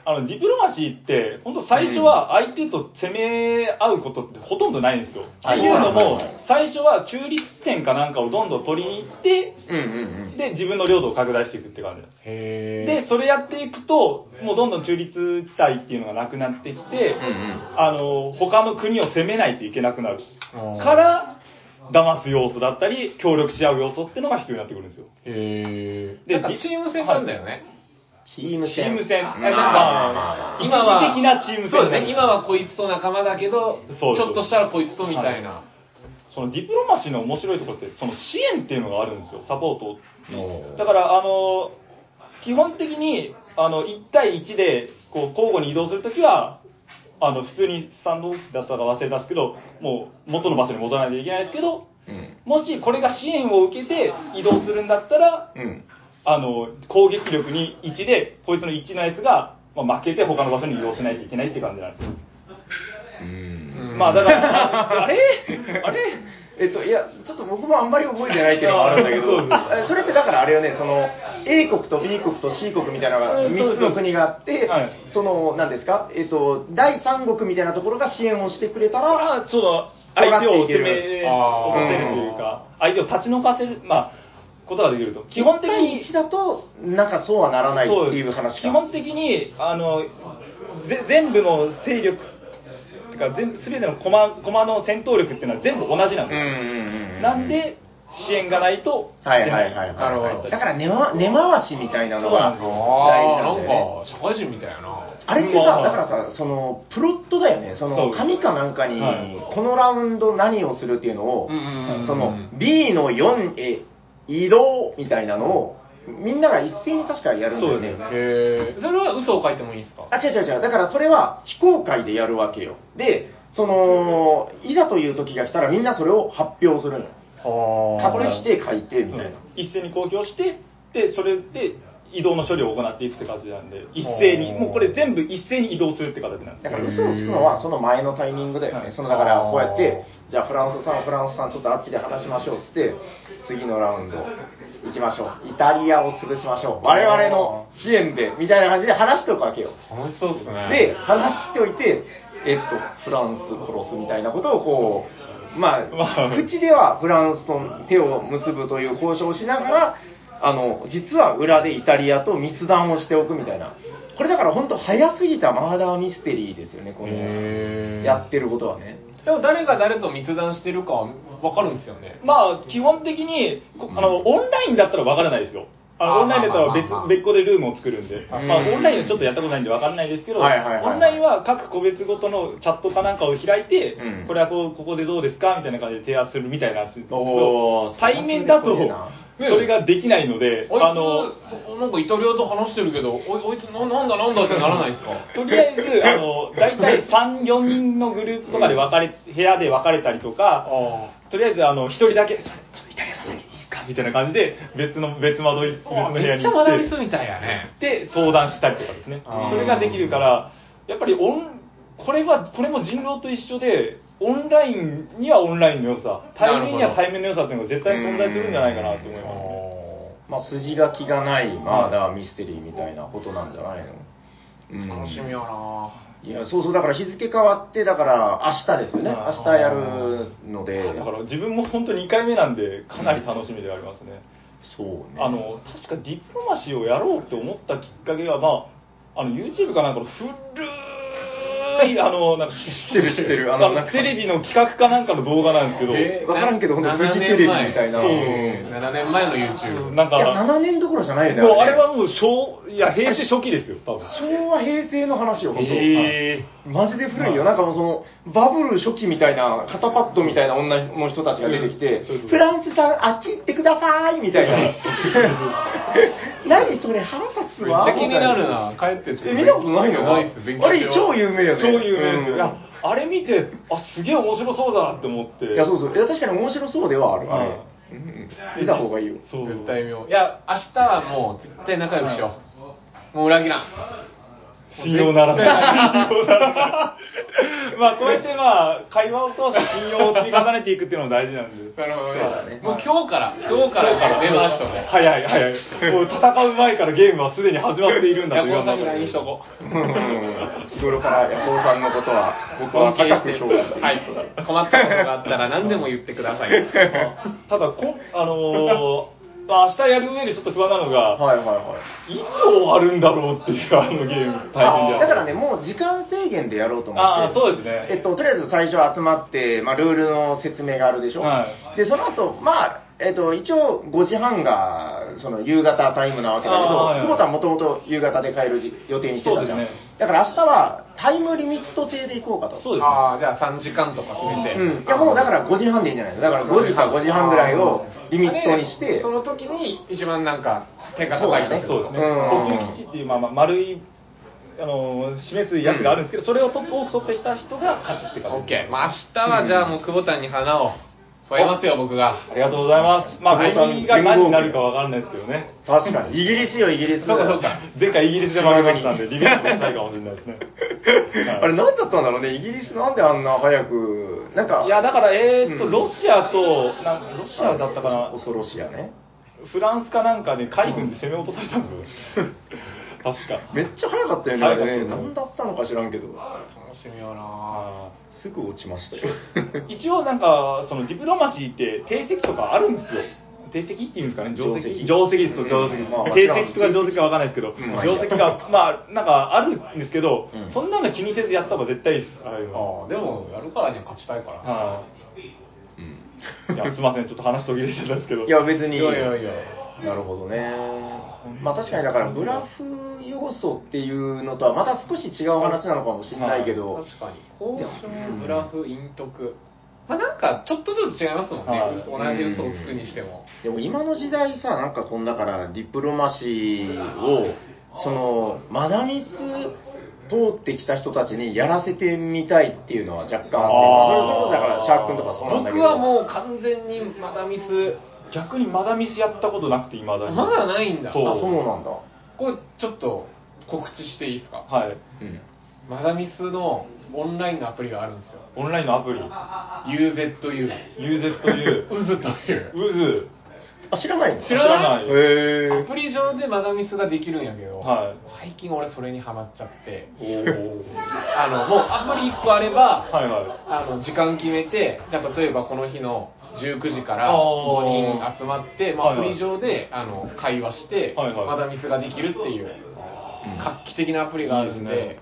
C: あの、ディプロマシーって、本当最初は相手と攻め合うことってほとんどないんですよ。
B: はい
C: っていうのも
B: はいはい、
C: 最初は中立地点かなんかをどんどん取りに行って、
B: うんうん
C: で、自分の領土を拡大していくって感じなんです。
A: へ
C: で、それやっていくと、もうどんどん中立地帯っていうのがなくなってきて、
B: うん。うんうん。
C: あの、他の国を攻めないといけなくなる。
A: うん
C: から、騙す要素だったり、協力し合う要素っていうのが必要になってくるんですよ。
A: へー。
C: で
A: なんかチーム戦なんだよね。
B: チーム
C: チー
B: 戦。
C: ム戦。
B: まあ
A: いやなんか
B: まあまあま
C: 一
B: あ
C: 時的なチーム戦
A: そうですね、今はこいつと仲間だけど、ち
C: そうです
A: ょっとしたらこいつとみたいな。
C: そのディプロマシーの面白いところって、その支援っていうのがあるんですよ、サポート。
B: おー
C: だから、あの、基本的に、あの、1対1で、こう、交互に移動するときは、あの、普通にスタンドオフだったか忘れたんですけど、もう、元の場所に戻らないといけないですけど、
B: うん。
C: もしこれが支援を受けて移動するんだったら、
B: うん。
C: あの、攻撃力に1で、こいつの1のやつが、まあ、負けて他の場所に移動しないといけないって感じなんですよ。
B: うん
A: うん
C: まあ、だから、あ れあれ
B: えっと、いや、ちょっと僕もあんまり覚えてないっていうのがあるんだ け
C: そう
B: ど
C: そうそう
B: え、それってだからあれよね、その、A 国と B 国と C 国みたいなのが
C: うんそう
B: 3
C: です
B: つの国があって
C: はい、
B: その、なんですか、えっと、第三国みたいなところが支援をしてくれたら、
C: あその相手を攻め
A: あ
C: 落
A: ー
C: とせるというか、相手を立ち退かせる、まあ、ことができると。基本的に、
B: 1だと、なんかそうはならない
C: そう
B: って
C: で
B: いう
C: す
B: 話か。
C: 基本的に、あの、ぜ全部の勢力、てか全部、すべての駒駒の戦闘力っていうのは全部同じなん
B: うん
C: で
B: う
C: すよ。
B: んうんうん。
C: なんで、支援がないと、
B: はいはいはいはい。
A: なるほど
B: だから根は根回しみたいなのが
C: そうなんですよ
B: 大事
A: あ
B: な
A: ーなん
B: んだよね。
A: か、社会人みたいやな。
B: あれって
C: ま
B: さ、
C: あ
B: だからさ、その、プロットだよね。そ
C: そう
B: の、
C: です
B: 紙かなんかに
C: は、い
B: このラウンド何をするっていうのを
A: うんうんうん、
B: その、B の4へ移動みたいなのを、みんなが一斉に確かやるんだよ
C: そうで
B: ね
C: すよ。ね
A: へー。それは嘘を書いてもいいんですか
B: あ、違う違う違う。だからそれは非公開でやるわけよ。で、その、いざという時が来たらみんなそれを発表するのよ。
A: は
B: 隠して書いてみたいな。
C: 一斉に公表して、で、それで移動の処理を行っていくって感じなんで、一斉に、
A: あー
C: もうこれ全部一斉に移動するって形なんです
B: だ
C: よ。
B: から嘘をつくのはその前のタイミングだよ
C: は
B: ね、
C: い
B: そのだから
A: あー
B: こうやって、じゃあフランスさん、フランスさん、ちょっとあっちで話しましょうっつって、次のラウンド行きましょう、イタリアを潰しましょう、我々の支援でみたいな感じで話しておくわけよ。
A: 楽しそうですね。
B: で、話しておいて、えっと、フランス殺すみたいなことをこう、まあ、
C: まあ
B: 口ではフランスと手を結ぶという交渉をしながら、あの、実は裏でイタリアと密談をしておくみたいな。これだから本当早すぎたマーダーミステリーですよね、この、
A: へー
B: やってることはね。
A: でも誰が誰と密談してるかわかるんですよね。
C: まあ、基本的に、こあの、オンラインだったらわからないですよ。あ
A: あー
C: のオンラインだったら
A: まあまあ
C: 別
A: まあまあ
C: 別個でルームを作るんで、
A: あ
C: まあ、
B: そう
C: オンラインはちょっとやったことないんでわかんないですけど、オン
B: はいはいはいはい
C: ラインは各個別ごとのチャットかなんかを開いて、
B: うん
C: これはこうここでどうですかみたいな感じで提案するみたいな話ですけ
B: お
C: ど
B: ー、
C: 対面だ
B: そ
C: と
B: うですね、
C: それができないので、
A: あいつ、なんかイタリアと話してるけど、おいおいつ、ななんだなんだってならないですか
C: とりあえず、あの、大体3、4人のグループとかで分かれ、部屋で分かれたりとか、
A: あ
C: とりあえず、あの、一人だけ、すいませんちょっとイタリアさんだけいいですかみたいな感じで、別の、別窓い、別
A: あ。
C: の部
A: め
C: 屋
A: っ
C: に
A: ちゃ
C: 行
A: マダリス
C: っ
A: みたいやね。
C: て、で、相談したりとかですね
A: あー。
C: それができるから、やっぱりオン、これは、これも人狼と一緒で、オンラインにはオンラインの良さ、対面には対面の良さっていうのが絶対存在するんじゃないかなと思いますね。
B: まあ、筋書きがないマーダーミステリーみたいなことなんじゃないの、うん
A: 楽しみやな
B: いや、そうそう、だから日付変わって、だから明日ですよね。
C: あー
B: 明日やるので。
C: だから自分も本当2回目なんで、かなり楽しみでありますね。
B: そうね。
C: あの、確かディプロマシーをやろうって思ったきっかけが、まあ、あの、YouTube かなんかの古 い、あの、なんか、
B: 知ってる知ってる
C: あ
B: あ
C: の
B: のなんか
C: テレビの企画かなんかの動画なんですけど、
B: えわからんけどほんとフジテレビみたいな
A: 7年前そう7年前の YouTube。
C: なん
B: いや、
C: か、
B: 7年どころじゃないよね。
C: もうあ
B: ね
C: れはもう昭、いや、平成初期ですよ、多分。
B: 昭和平成の話よ、本当、
A: え
B: マジで古いよ、
C: ま
B: なんかもうそのバブル初期みたいな、肩パッドみたいな女の人たちが出てきて、
C: うん
B: フランスさん、あっち行ってくださいみたいな、何それ、腹立つ
A: めっち
B: わ、
A: ゃ気になる
B: み
A: な。帰ってちょったと
B: いえ、見たことないよな、
A: ないっす。勉強
B: あれ、超有名よね、
C: 超有名ですよ、
B: うん
C: いやあれ見てあすげえ面白そうだなって思って
B: いや、そうそう、いや確かに面白そうではある、あれ、
C: う
B: うん見た方がいいよ。
C: そう
A: 絶対見よう。いや、明日はもう絶対仲良くしよう。もう裏切らん。
C: 信用ならない信用ならない まあこうやってまあ会話を通して信用を積み重ねていくっていうのも大事なんで
A: なるほど
B: そうだね
A: もう今日から、今日から出ましたね。
C: 早い 早いもう戦う前からゲームはすでに始まっているんだ
A: ヤ
C: と言
A: コ
C: わ
A: ウさ
C: な
A: に
C: ん
A: LINE しとこう。
B: うん日頃からヤコウさんのことは僕は高く評価していま
A: は
B: す
A: い。困ったことがあったら何でも言ってください。
C: ただこんあのーまあ明日やる上でちょっと不安なのが、
B: はいはいはい
C: い、つ終わるんだろうっていうあのゲーム大変じゃん
B: だからね、もう時間制限でやろうと思って、
C: ああそうですね
B: えっと、とりあえず最初集まって、まあ、ルールの説明があるでしょ、
C: は
B: でその後、まあえっと一応5時半がその夕方タイムなわけだけ
C: あー
B: ど、
C: はい
B: 久保田はもともと夕方で帰るじ予定にしてたじゃん、
C: そうですね
B: だから明日はタイムリミット制でいこうかと。
C: そうですね
A: ああ、じゃあ3時間とか決めて。
B: うん、いやもうだから5時半でいいんじゃないですかだから5時か5時半ぐらいをリミットにし
A: あれ
B: て
A: その時に一番なんか手が高い人
C: そうですね、
B: うん
C: 奥行きっていう、まあ、まあ丸いあのー示すやつがあるんですけど、それをと多く取ってきた人が勝ちって感
A: オッ
C: じ
A: ケー。まあ明日はじゃあもう久保田に花を添えますよ、僕が。
C: ありがとうございますまあ
B: ボタン
C: 国が何になるかわかんないですけどね
B: 確かにイギリスよイギリス
A: そうかそうか。
C: 前回イギリスで負けましたんでリベンジもしたいかもしれないですね
B: あれ何だったんだろうねイギリスなんであんな早くなんか
C: いやだからえーっと、
B: うん
C: ロシアとなんロシアだったかな
B: 恐ろしいやね
C: フランスかなんかで海軍で攻め落とされたんですよ確か
B: めっちゃ早かったよね
C: 早
B: あ
C: かった
B: れね何だったのか知らんけど
A: 楽しみよな
C: あー
B: すぐ落ちましたよ
C: 一応なんかそのディプロマシーって定石とかあるんですよ定石っていうんですかね定石定石です定石、
B: うんまあ
C: 定石とか定石かわかんないですけど、
B: うんまあいい
C: 定
B: や
C: 石がまあなんかあるんですけど、
B: うん
C: そんなの気にせずやった方が絶対いいですああいうの
A: ああ、でもやるからには勝ちたいから。
C: は
B: うん
C: いいやすいませんちょっと話途切れちゃったんですけど
B: いや別
A: い
B: に
A: やいやいや。
B: なるほどねまあ確かにだからブラフ要素っていうのとはまた少し違う話なのかもしれないけど、
A: 確かに。交渉、ブラフ、陰徳。まあなんかちょっとずつ違いますもんね
C: はい。
A: 嘘同じ嘘をつくにしても。
B: でも今の時代さ、なんかこんだから、ディプロマシーを、その、マダミス通ってきた人たちにやらせてみたいっていうのは若干あって、
C: あー
B: それこそだから、シャーク君とかそうなんだけ
A: 僕
B: ど、
A: はもう完全にまだミス。
C: 逆にまだミスやったことなくていまだに
A: まだないんだ
C: そう
B: あ、そうなんだ。
A: これちょっと告知していいですか
C: はい
B: うん。
A: マダミスのオンラインのアプリがあるんですよ
C: オンラインのアプリ
A: UZU
C: UZ という
A: UZ という
C: 渦
B: あ、知らないの
A: 知らない
C: 知らない
B: へ
A: アプリ上でマダミスができるんやけど、
C: はい
A: 最近俺それにハマっちゃって
C: おー
A: あのもうアプリ1個あれば、
C: はいはい
A: あの時間決めてじゃあ例えばこの日の19時から
C: あー
A: 5人集まって、まあ、
C: は
A: ア
C: い
A: プ
C: はい
A: リ上であの会話して、
C: はいはい
A: マダミスができるっていう画期的なアプリがあるんで
C: いいですね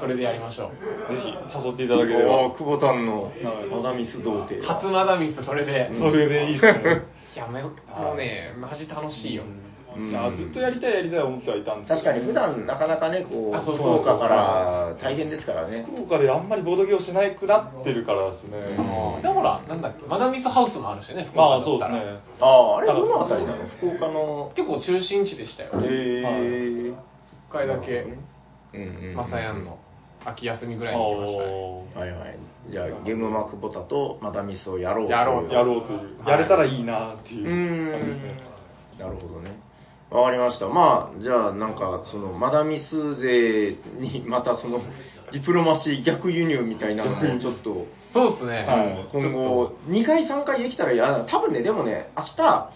A: それでやりましょう
C: ぜひ誘っていただければ
B: おー久保さんの
C: い
B: マダミス童貞。
A: 初マダミスそれで、
C: それでいいっす ね。
A: いやめもうねマジ楽しいよ、
B: うん
C: いやずっとやりたいやりたい思ってはいたんです
B: 確かに普段なかなかね、こ
A: あ
B: う、
A: そう
B: 福
A: そうそう
B: 岡から大変ですからね。
C: 福岡であんまりボードゲーをしなくなってるからですね。
B: うん
A: でほらなんだっけマダミスハウスもあるしね福
C: ま
A: 岡
C: あ
A: だ
C: そう
A: っ
C: で
A: た
C: す
A: ら、
C: ね。
B: ああ、あれどのあたりなの福岡の。
A: 結構中心地でしたよ
B: へ
A: 一
B: ー。
A: 回だけ
B: うんうんうんうん
A: マサヤンの秋休みぐらいに行きましたね
C: おー
B: はいはい。じゃあ、ゲームマークボタとマダミスをやろう
A: やろ
C: や
B: う。
C: ろうという。やれたらいいなっていうう。
B: ーん。なるほどね。わかりました。まあ、じゃあ、なんか、その、マダミス勢に、また その、ディプロマシー逆輸入みたいなのも、ちょっと、
A: そうですね、
C: はい
B: 今後、2回、3回できたらいい。あ多分ね、でもね、明日、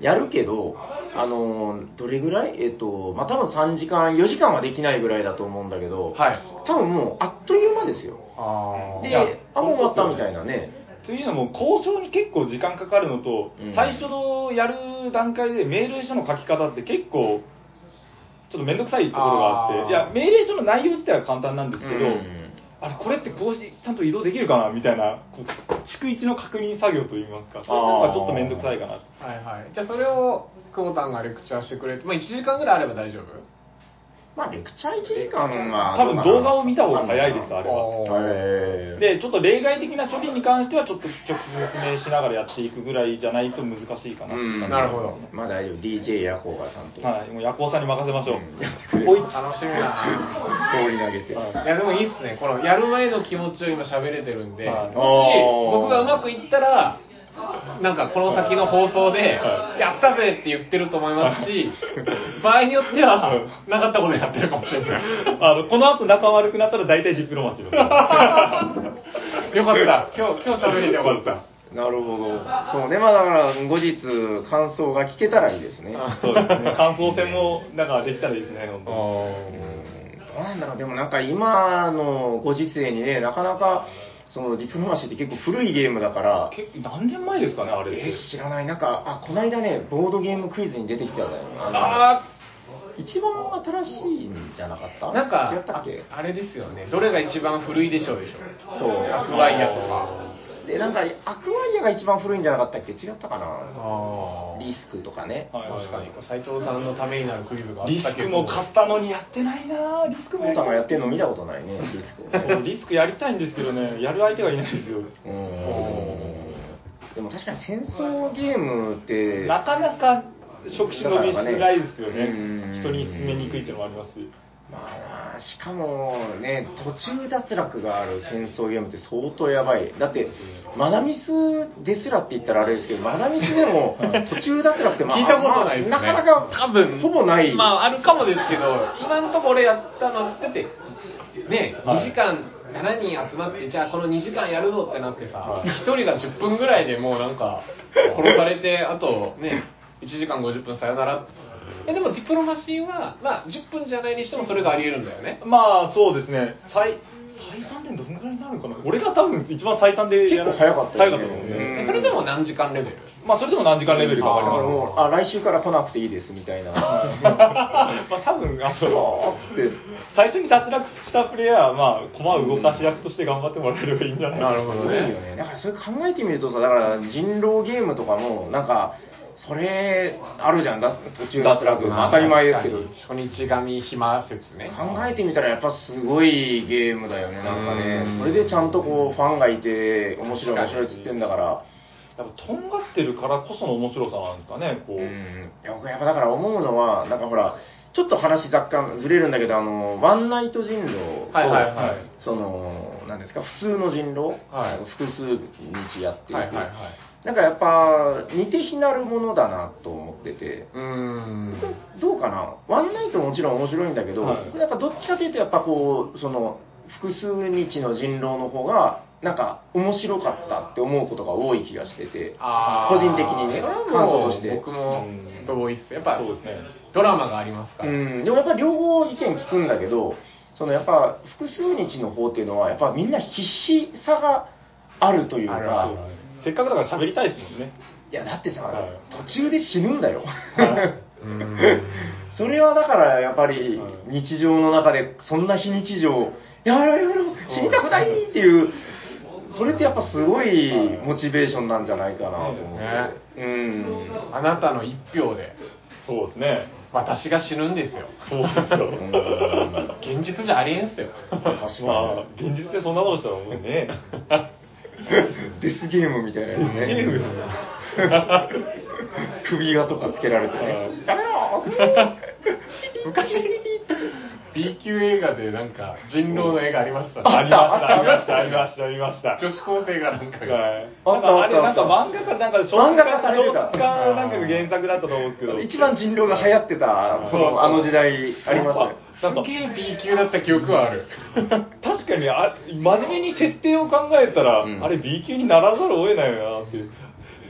B: やるけど、あのーどれぐらいえっ、と、まあ、多分3時間、4時間はできないぐらいだと思うんだけど、
A: はい
B: 多分もうあっという間ですよ。
A: あ
B: で
C: いや、
B: あ、もう終わったみたいなね。
C: というのも、交渉に結構時間かかるのと、
B: うん
C: 最初のやる段階で命令書の書き方って結構、ちょっと面倒くさいところがあっ
A: あー
C: て、いや、命令書の内容自体は簡単なんですけど、
B: うん
C: あれ、これってこうしちゃんと移動できるかなみたいな、こう逐一の確認作業といいますか、そういうのがちょっと面倒くさいかな。
A: はいはいじゃあそれを久保田がレクチャーしてくれて、まあ、1時間ぐらいあれば大丈夫
B: まあ、レクチャー1時間は。
C: 多分動画を見た方が早いです、あれは。
A: おー
B: へー
C: で、ちょっと例外的な処理に関しては、ちょっと直接説明しながらやっていくぐらいじゃないと難しいかなっていう感じですね
A: なるほど
B: まあ大丈夫、DJ やこうがちゃんと。
C: はい、もう夜行さんに任せましょう。
B: うんやってくれる
C: おい
A: 楽しみだ な
B: 放り投げて。
C: はい
A: いやでもいいっすねこのやる前の気持ちを今喋れてるんで、
C: はい
A: もし僕がうまくいったらなんかこの先の放送で、
C: はい
A: やったぜって言ってると思います し、場合によっては
C: はい
A: なかったことやってるかもしれない
C: あの、この後仲悪くなったら大体ディプロマシーです。
A: よかった今日今日喋れてよかった
B: なるほど。そうね、まあだから後日感想が聞けたらいいですね。
A: あ
C: そうですね。感想戦も、なんかできたらいいですね、本当
B: うんどうなんだろう、でもなんか今のご時世にね、なかなか、そのディプロマシーって結構古いゲームだから、
C: に。結構、何年前ですかね、あれって
B: えー知らない、なんか、あ、この間ね、ボードゲームクイズに出てきたんだよ。あ
A: あ
B: の一番新しいんじゃなかった
A: ーなんか
B: 違ったっけ
A: ああれですよねどれが一番古いでしょうでしょう
B: そう。
A: アクワイアとか
B: で、なんか、アクワイアが一番古いんじゃなかったっけ違ったかな
A: あ
B: リスクとかね。
C: はい
A: 確かに斎藤さんのためになるクイズがあ
C: リ
A: った
C: ス
A: けど
C: クも買ったのにやってないなぁリスク
B: 久
C: もや
B: 保
C: りた
B: 田
C: い
B: がやってるの見たことない ね、リスクを
C: そう
B: ね。
C: リスクやりたいんですけどね、やる相手がいないんですよ。
B: うんでも確かに戦争ゲームって、
C: なかなか、職種伸びしづらいですよ
B: だからね
C: ね。人に勧めにくいっていうのもありますし。
B: まあ、しかもね、途中脱落がある戦争ゲームって相当やばい。だって、マダミスですらって言ったらあれですけど、マダミスで も途中脱落って、まあ、
A: 聞いたことないですね
B: まあなかなか、
A: 多分
B: ほぼない。
A: まああるかもですけど今のところやったのだってね
C: はい
A: 2時間7人集まってじゃあこの2時間やるぞってなってさ
C: はい
A: 1人が10分ぐらいでもうなんか殺されてあとね1時間50分さよならえでもディプロマシーは、まあ、10分じゃないにしてもそれがありえるんだよね
C: まあ、そうですね。最、最短でどんぐらいになるかな俺が多分一番最短でやら
B: 結構早かったよね
C: 早かったですもんね。
A: えそれでも何時間レベル
C: まあ、それでも何時間レベルか
B: だ
C: か
B: か
C: りま
B: ら
C: すね
B: もう、あ、来週から来なくていいですみたいな。
C: まあ多分あの
B: つって
C: 最初に脱落したプレイヤーは、まあ、駒を動かし役として頑張ってもらえればいいんじゃないですか。
A: なるほどね
B: すごいよね。だからそれ考えてみるとさ、だから人狼ゲームとかも、なんか、それ、あるじゃん、脱途中脱落。
A: まあ
B: 当たり前ですけど。
A: 確かに初日神暇説ね
B: 考えてみたらやっぱすごいゲームだよね、なんかね。それでちゃんとこう、ファンがいて、面白い面白いっつってんだから。
C: やっぱとんがってるからこその面白さなんですかね、こう。
B: うん。いや僕やっぱだから思うのは、なんかほら、ちょっと話若干ずれるんだけど、あの、ワンナイト人狼と、
A: はいはいはい
B: その、なんですか、普通の人狼、
A: はい
B: 複数日やっていく。
A: はいはいはい
B: なんかやっぱ、似て非なるものだなと思ってて。
A: うーん
B: どうかな、ワンナイトももちろん面白いんだけど、
C: はい
B: なんかどっちかというと、やっぱこう、その複数日の人狼の方が、なんか面白かったって思うことが多い気がしてて、
A: あ
B: 個
A: ー
B: 人的にね、
A: それはもう
B: 感想として。
A: 僕も同意っすやっぱ
C: そうですね。
A: ドラマがありますから、
B: うん、でもやっぱり両方意見聞くんだけど、そのやっぱ複数日の方っていうのは、やっぱみんな必死さがあるという
A: ある
B: か
A: あ、
C: そうせっかくだから喋りたいですもんね。
B: いや、だってさ、
C: はい
B: 途中で死ぬんだよ。
A: うん
B: それはだからやっぱり
C: はい
B: 日常の中でそんな非日常やめろやめろ死にたくないっていうそれってやっぱすごいモチベーションなんじゃないかなと思って、うん
A: あなたの一票で
C: そうですね。
A: 私が死ぬんですよ
C: そうですよ。
B: うん
A: 現実じゃありえんすよ
B: 確か
C: まあ、現実でそんなことしたらもうね。
B: に デスゲームみたいなやつ
C: ゲームです
B: ね
C: ね
B: 首輪とかつけられて
C: は
B: ね
C: い
B: ダメだ
A: 昔 B 級映画でなんか人狼の絵がありましたね
C: ありました、ありました、ありました、ありました。
A: 女子高生がなんかが
C: はい
B: あ
C: な
B: っ
C: ん
B: た
C: か
B: あ
C: あ
B: っ
C: れな
B: た
C: んか漫画かなんか小
B: 漫
C: 説
B: 画化
C: 家
B: されてた
C: 小説家なんかが原作だったと思うんですけど
B: 一番人狼が流行ってたこのあの時代ありましたよ
C: な
A: す
C: んか
A: げえ B 級だった記憶はある
C: 確かにあ真面目に設定を考えたら、
B: うん
C: あれ B 級にならざるを得ないよなっていう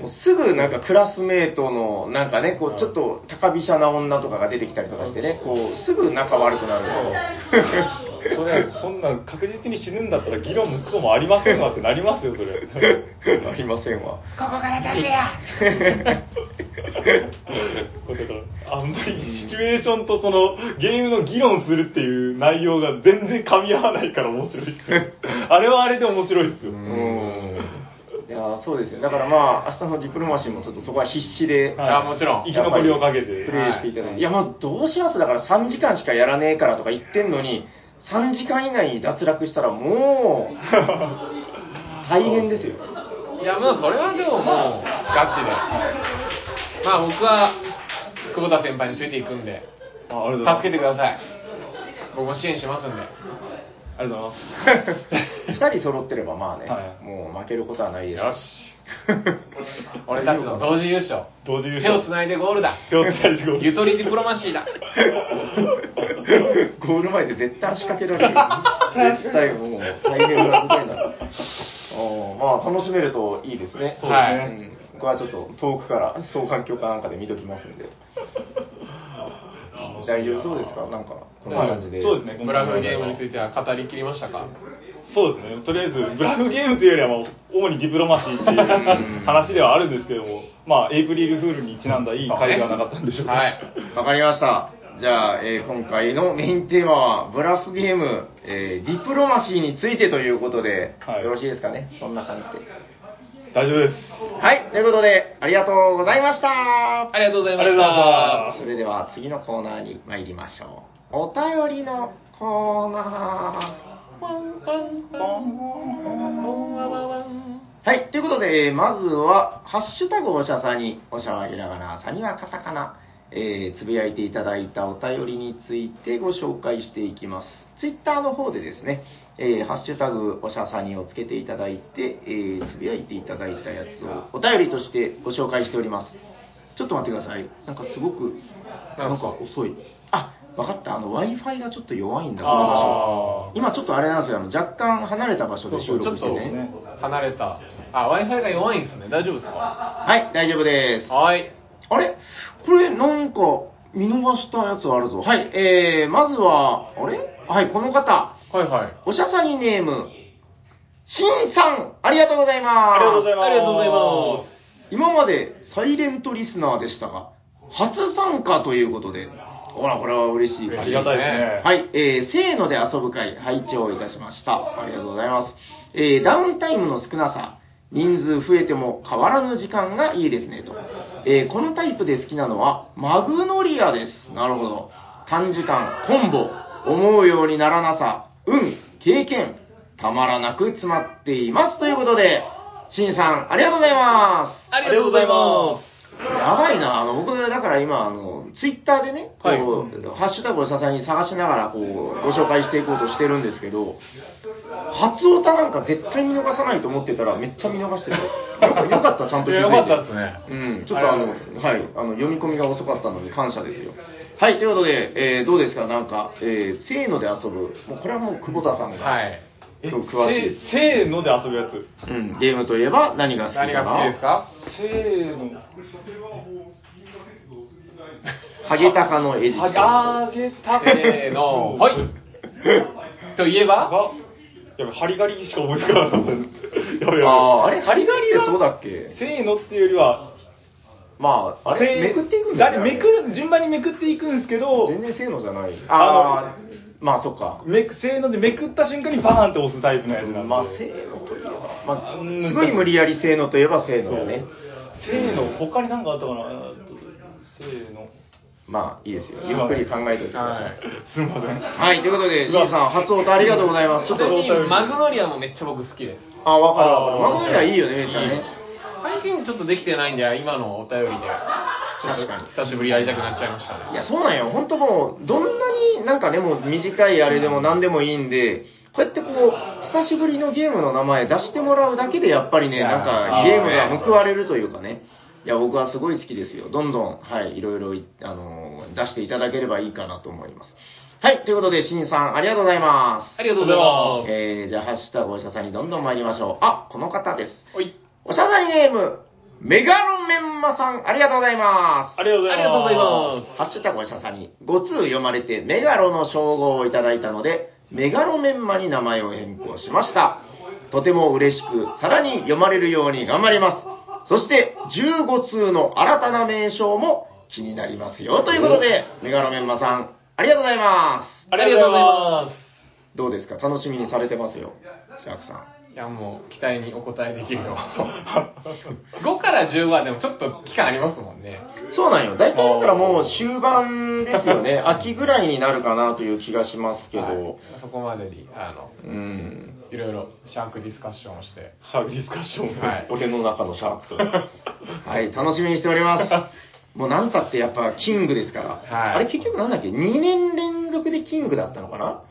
B: もうすぐなんかクラスメートのなんかね、こうちょっと高飛車な女とかが出てきたりとかしてね、こうすぐ仲悪くなる。
C: それ そんな確実に死ぬんだったら議論もクソもありませんわってなりますよそれ
B: ありませんわ。
C: だからあんまりシチュエーションとそのゲームの議論するっていう内容が全然噛み合わないから面白いっす よあれはあれで面白いっすよ、
B: うん。いやそうですよ。だからまあ、明日のディプロマシーもちょっとそこは必死で、
C: はい
A: あもちろん
C: 生き残りをかけて
B: プレイしていただいて、
A: はい
B: い、や、まあ、どうしますだから3時間しかやらねえからとか言ってんのに、3時間以内に脱落したらもう、 大変ですよ。
A: いや、まあ、それはでももう、ガチで。まあ、僕は、久保田先輩についていくんで、
C: ああり
A: 助
C: がとうございます
A: けてください。僕も支援しますんで。
C: ありがとうございま す
B: 2人揃ってればまあね、
C: はい
B: もう負けることはないです。
A: よし。俺たちの同時優勝。
C: 同時優
A: 手
C: 勝
A: をつないでゴールだ。
C: 手をつないでゴール
A: ゆとりディプロマシーだ。
B: ゴール前で絶対足掛けられる。絶対もう大変なことになる。おーまあ楽しめるといいですね。
C: そう
A: ですね
B: ん僕はちょっと遠くから双眼鏡かなんかで見ときますんで。大丈夫そうですかなんかこんな感じで。
C: はいそうですね
A: ブラフゲームについては語りきりましたか
C: そうですね、とりあえず、ブラフゲームというよりは、まあ、主にディプロマシーっていう話ではあるんですけども、まあ、エイプリルフールにちなんだいい回ではなかったんでしょうか。
A: はい。
B: わかりました。じゃあ、えー今回のメインテーマは、ブラフゲーム、えーディプロマシーについてということで、
C: はい
B: よろしいですかねそんな感じで。
C: 大丈夫です。
B: はい、ということで、ありがとうございました。
A: ありがとうございま
C: あり
A: し
C: がとうございまし
A: た。
C: た
B: それでは次のコーナーに参りましょう。お便りのコーナー。はい、ということで、えーまずは、ハッシュタグおしゃさに、おしゃはひらがな、さにはカタカナ、えーつぶやいていただいたお便りについてご紹介していきます。ツイッターの方でですね、えーハッシュタグおしゃさにをつけていただいて、えーつぶやいていただいたやつをお便りとしてご紹介しております。ちょっと待ってください。なんかすごく、なんか遅い。あ、わかった。あの、Wi-Fi がちょっと弱いんだ、この場所。
A: あー
B: 今ちょっとあれなんですよ。あの若干離れた場所
A: そう
B: で
A: そ
B: 収
A: うちょ
B: 録
A: っ
B: して
A: と
B: ね。
A: 離れた。あ、Wi-Fi が弱いんですね。大丈夫ですか
B: はい、大丈夫です。
A: はい。
B: あれこれなんか見逃したやつあるぞ。はい、えー、まずは、あれはい、この方、
A: はいはい。
B: おしゃさにネーム、しんさん、ありがとうございま
C: あ
B: す。
C: りがとうございます。
A: ありがとうございます
B: 今までサイレントリスナーでしたが、初参加ということで、ほら、これは嬉しい
A: 嬉
C: あ
A: し
C: りがたいですね。
B: はい、えー、せーので遊ぶ会、拝聴いたしました。ありがとうございます。えー、ダウンタイムの少なさ、人数増えても変わらぬ時間がいいですね、と。えー、このタイプで好きなのは、マグノリアです。なるほど。短時間、コンボ、思うようにならなさ、運、経験、たまらなく詰まっています。ということで、しんさん、ありがとうございます。
A: ありがとうございま
B: やばいな、あの、僕、だから今、あの、ツイッターでね、こう、
A: はい
B: ハッシュタグをささに探しながら、こう、ご紹介していこうとしてるんですけど、初オタなんか絶対見逃さないと思ってたら、めっちゃ見逃してる。よかよかった、ちゃんと
A: い
B: 気づい
A: や
B: て。
A: よかったですね
B: うん、ちょっとあの、はい、あの、読み込みが遅かったのに感謝ですよ。はい、ということで、えーどうですか、なんか、えー、せーので遊ぶ。もう、これはもう、久保田さんが、
A: はい。
C: え
B: 今日詳しいです。
C: せせーので遊ぶやつ。
B: うん、ゲームといえば何が好きかな
A: 何が好きですか
C: せーの。
B: ハゲタカの餌食。
C: あげた
A: せー の、はい。といえば、
C: あやべ、ハリガリしか思いつかなかったです。やべやべ。
B: あーあれハリガリってそうだっけ
C: せーのっていうよりは、
B: まあ、あれ
C: せ
B: めくっていくんだよ、ね、
C: 誰めくる順番にめくっていくんですけど
B: 全然せーのじゃない。
C: あ
B: あー、まあそっか。
C: めくせーのでめくった瞬間にバーンって押すタイプのやつなんで、
B: まあせーのといえば。ま
C: うん
B: あ、すごい無理やりせーのといえばせー
C: そ
B: の
C: う
B: だよね。
C: せーの他に何かあったかなえーっとせーの
B: まあいいですよ。ゆっくり考えておいてください。
C: すみません
B: はい、ということで、しんさん、初音ありがとうございます。ちょっ
A: ちなみ
B: と、
A: にマグノリアもめっちゃ僕好きです。
B: あ、わかるわかる。
C: あー
B: マグノリはいいよね、めっちゃ
A: いい
B: ね。
A: 最近ちょっとできてないんで、今のお便りで、ちょ
B: 確
A: っ
B: かに
A: と久しぶりやりたくなっちゃいましたね。
B: いや、そうなんよ。本当もう、どんなになんかね、もう短いあれでも何でもいいんで、こうやってこう、久しぶりのゲームの名前出してもらうだけで、やっぱりね、
A: いや
B: なん
A: あ
B: か
A: ー
B: ゲームが報われるというかね。いや、僕はすごい好きですよ。どんどん、はい、いろいろい、あのー出していただければいいかなと思います。はい、ということで、しんさん、ありがとうございます。
A: ありがとうございます。
B: えー、じゃあ、ハッシュタグお医者さんにどんどん参りましょう。あ、この方です。
A: おい。
B: おしゃさにネーム、メガロメンマさん、ありがとうございます。
C: ありがとうござ
A: あ
C: います。
A: りがとうございます。
B: ハッシュタグおしゃさんに、ご通読まれてメガロの称号をいただいたので、メガロメンマに名前を変更しました。とても嬉しく、さらに読まれるように頑張ります。そして、15通の新たな名称も気になりますよ。ということで、メガロメンマさん、ありがとうございます。
C: ありがとうございま
B: どうですか楽しみにされてますよ、シャークさん。
A: いや、もう、期待にお答えできるよ。5から10はでもちょっと期間ありますもんね。
B: そうなんよ。大体だからもう終盤ですよね。秋ぐらいになるかなという気がしますけど。
A: はいそこまでに、あの、
B: うん。
A: いろいろシャークディスカッションをして。
C: す。シャークディスカッション。
A: はい
B: 俺の中のシャークと。 はい、楽しみにしており ます。もうなんたってやっぱキングですから。
A: はい
B: あれ結局なんだっけ ?2 年連続でキングだったのかな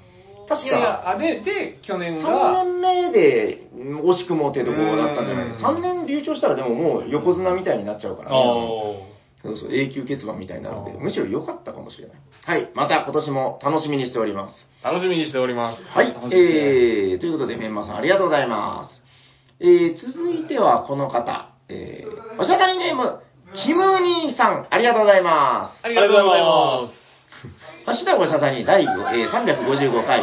B: 確
A: いやいや、
B: か。
A: あで、で、去年
B: 3
A: が、
B: 年目でうん惜しくもってとこだったんじゃない
A: うん
B: ?3 年流暢したらでももう横綱みたいになっちゃうからね。
C: ああ。
B: そうそう、永久欠番みたいなので、
A: あー
B: むしろ良かったかもしれない。はい、また今年も楽しみにしております。
A: 楽しみにしております。
B: はい、えー、ということで、メンマさんありがとうございます。えー、続いてはこの方、えー、おしゃべりネーム、キム兄さん、ありがとうございます。
A: ありがとうございま
B: ハッシュタグおしゃさに第、えー355回、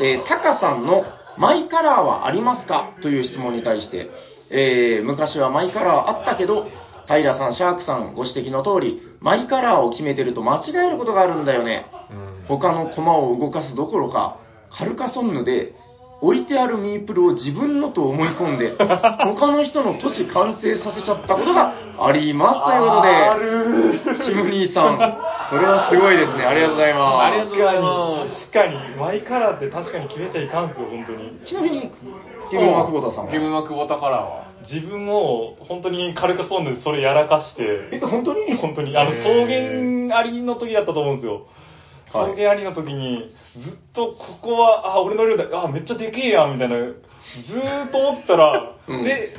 B: えー、タカさんのマイカラーはありますかという質問に対して、えー昔はマイカラーあったけど、平さん、シャークさんご指摘の通り、マイカラーを決めてると間違えることがあるんだよね。
A: す。うん
B: 他の駒を動かすどころか、カルカソンヌで、置いてあるミープルを自分のと思い込 んで、他の人の都市完成させちゃったことがあります。ということで、キム兄さん、それはすごいですね。ありがとうございます。
A: ありがとうございます
C: 確かに、マイカラーって確かに決めちゃいかんすよ、本当に。
B: ちなみに、キムマクボタさん
A: ゲーム
B: は。
A: マクボタカラーは。
C: 自分を本当に軽く損でそれやらかし
B: え、
C: て、
B: 本当に
C: 本当に、あの、
A: へ
C: 草
A: ー
C: 原ありの時だったと思うんですよ。
B: はい
C: 草原ありの時に、ずっとここは、あ、俺の量だ、あ、めっちゃでけえやん、みたいな、ずーっと思ってたら、
B: うん
C: で、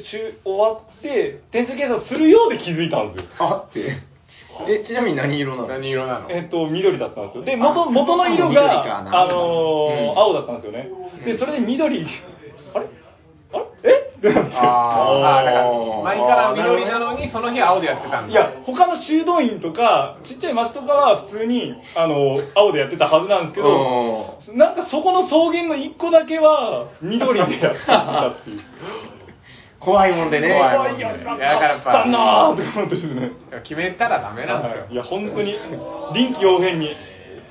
C: しゅ終わって、点数計算するようで気づいたんですよ。
B: あって。え、ちなみに何色なの
A: 何色なの
C: えっと、緑だったんですよ。で、元、元の色
B: 緑かな
C: が、あのー
B: うん
C: 青だったんですよね。で、それで緑、あれあれえってなって
A: あーあー、だから、前から緑な
B: あ
A: のに、その日青でやってたんだ。
C: いや、他の修道院とか、ちっちゃい町とかは普通に、あの、青でやってたはずなんですけど、
B: ー
C: なんかそこの草原の一個だけは、緑でやってたって いう。
B: 怖いもんでね。
A: 怖いもんで
C: いや、なんか
A: いやだからやっぱ
C: したなぁって思ってですね。
A: 決めたらダメなんですよ。
C: いや、本当に、臨機応変に。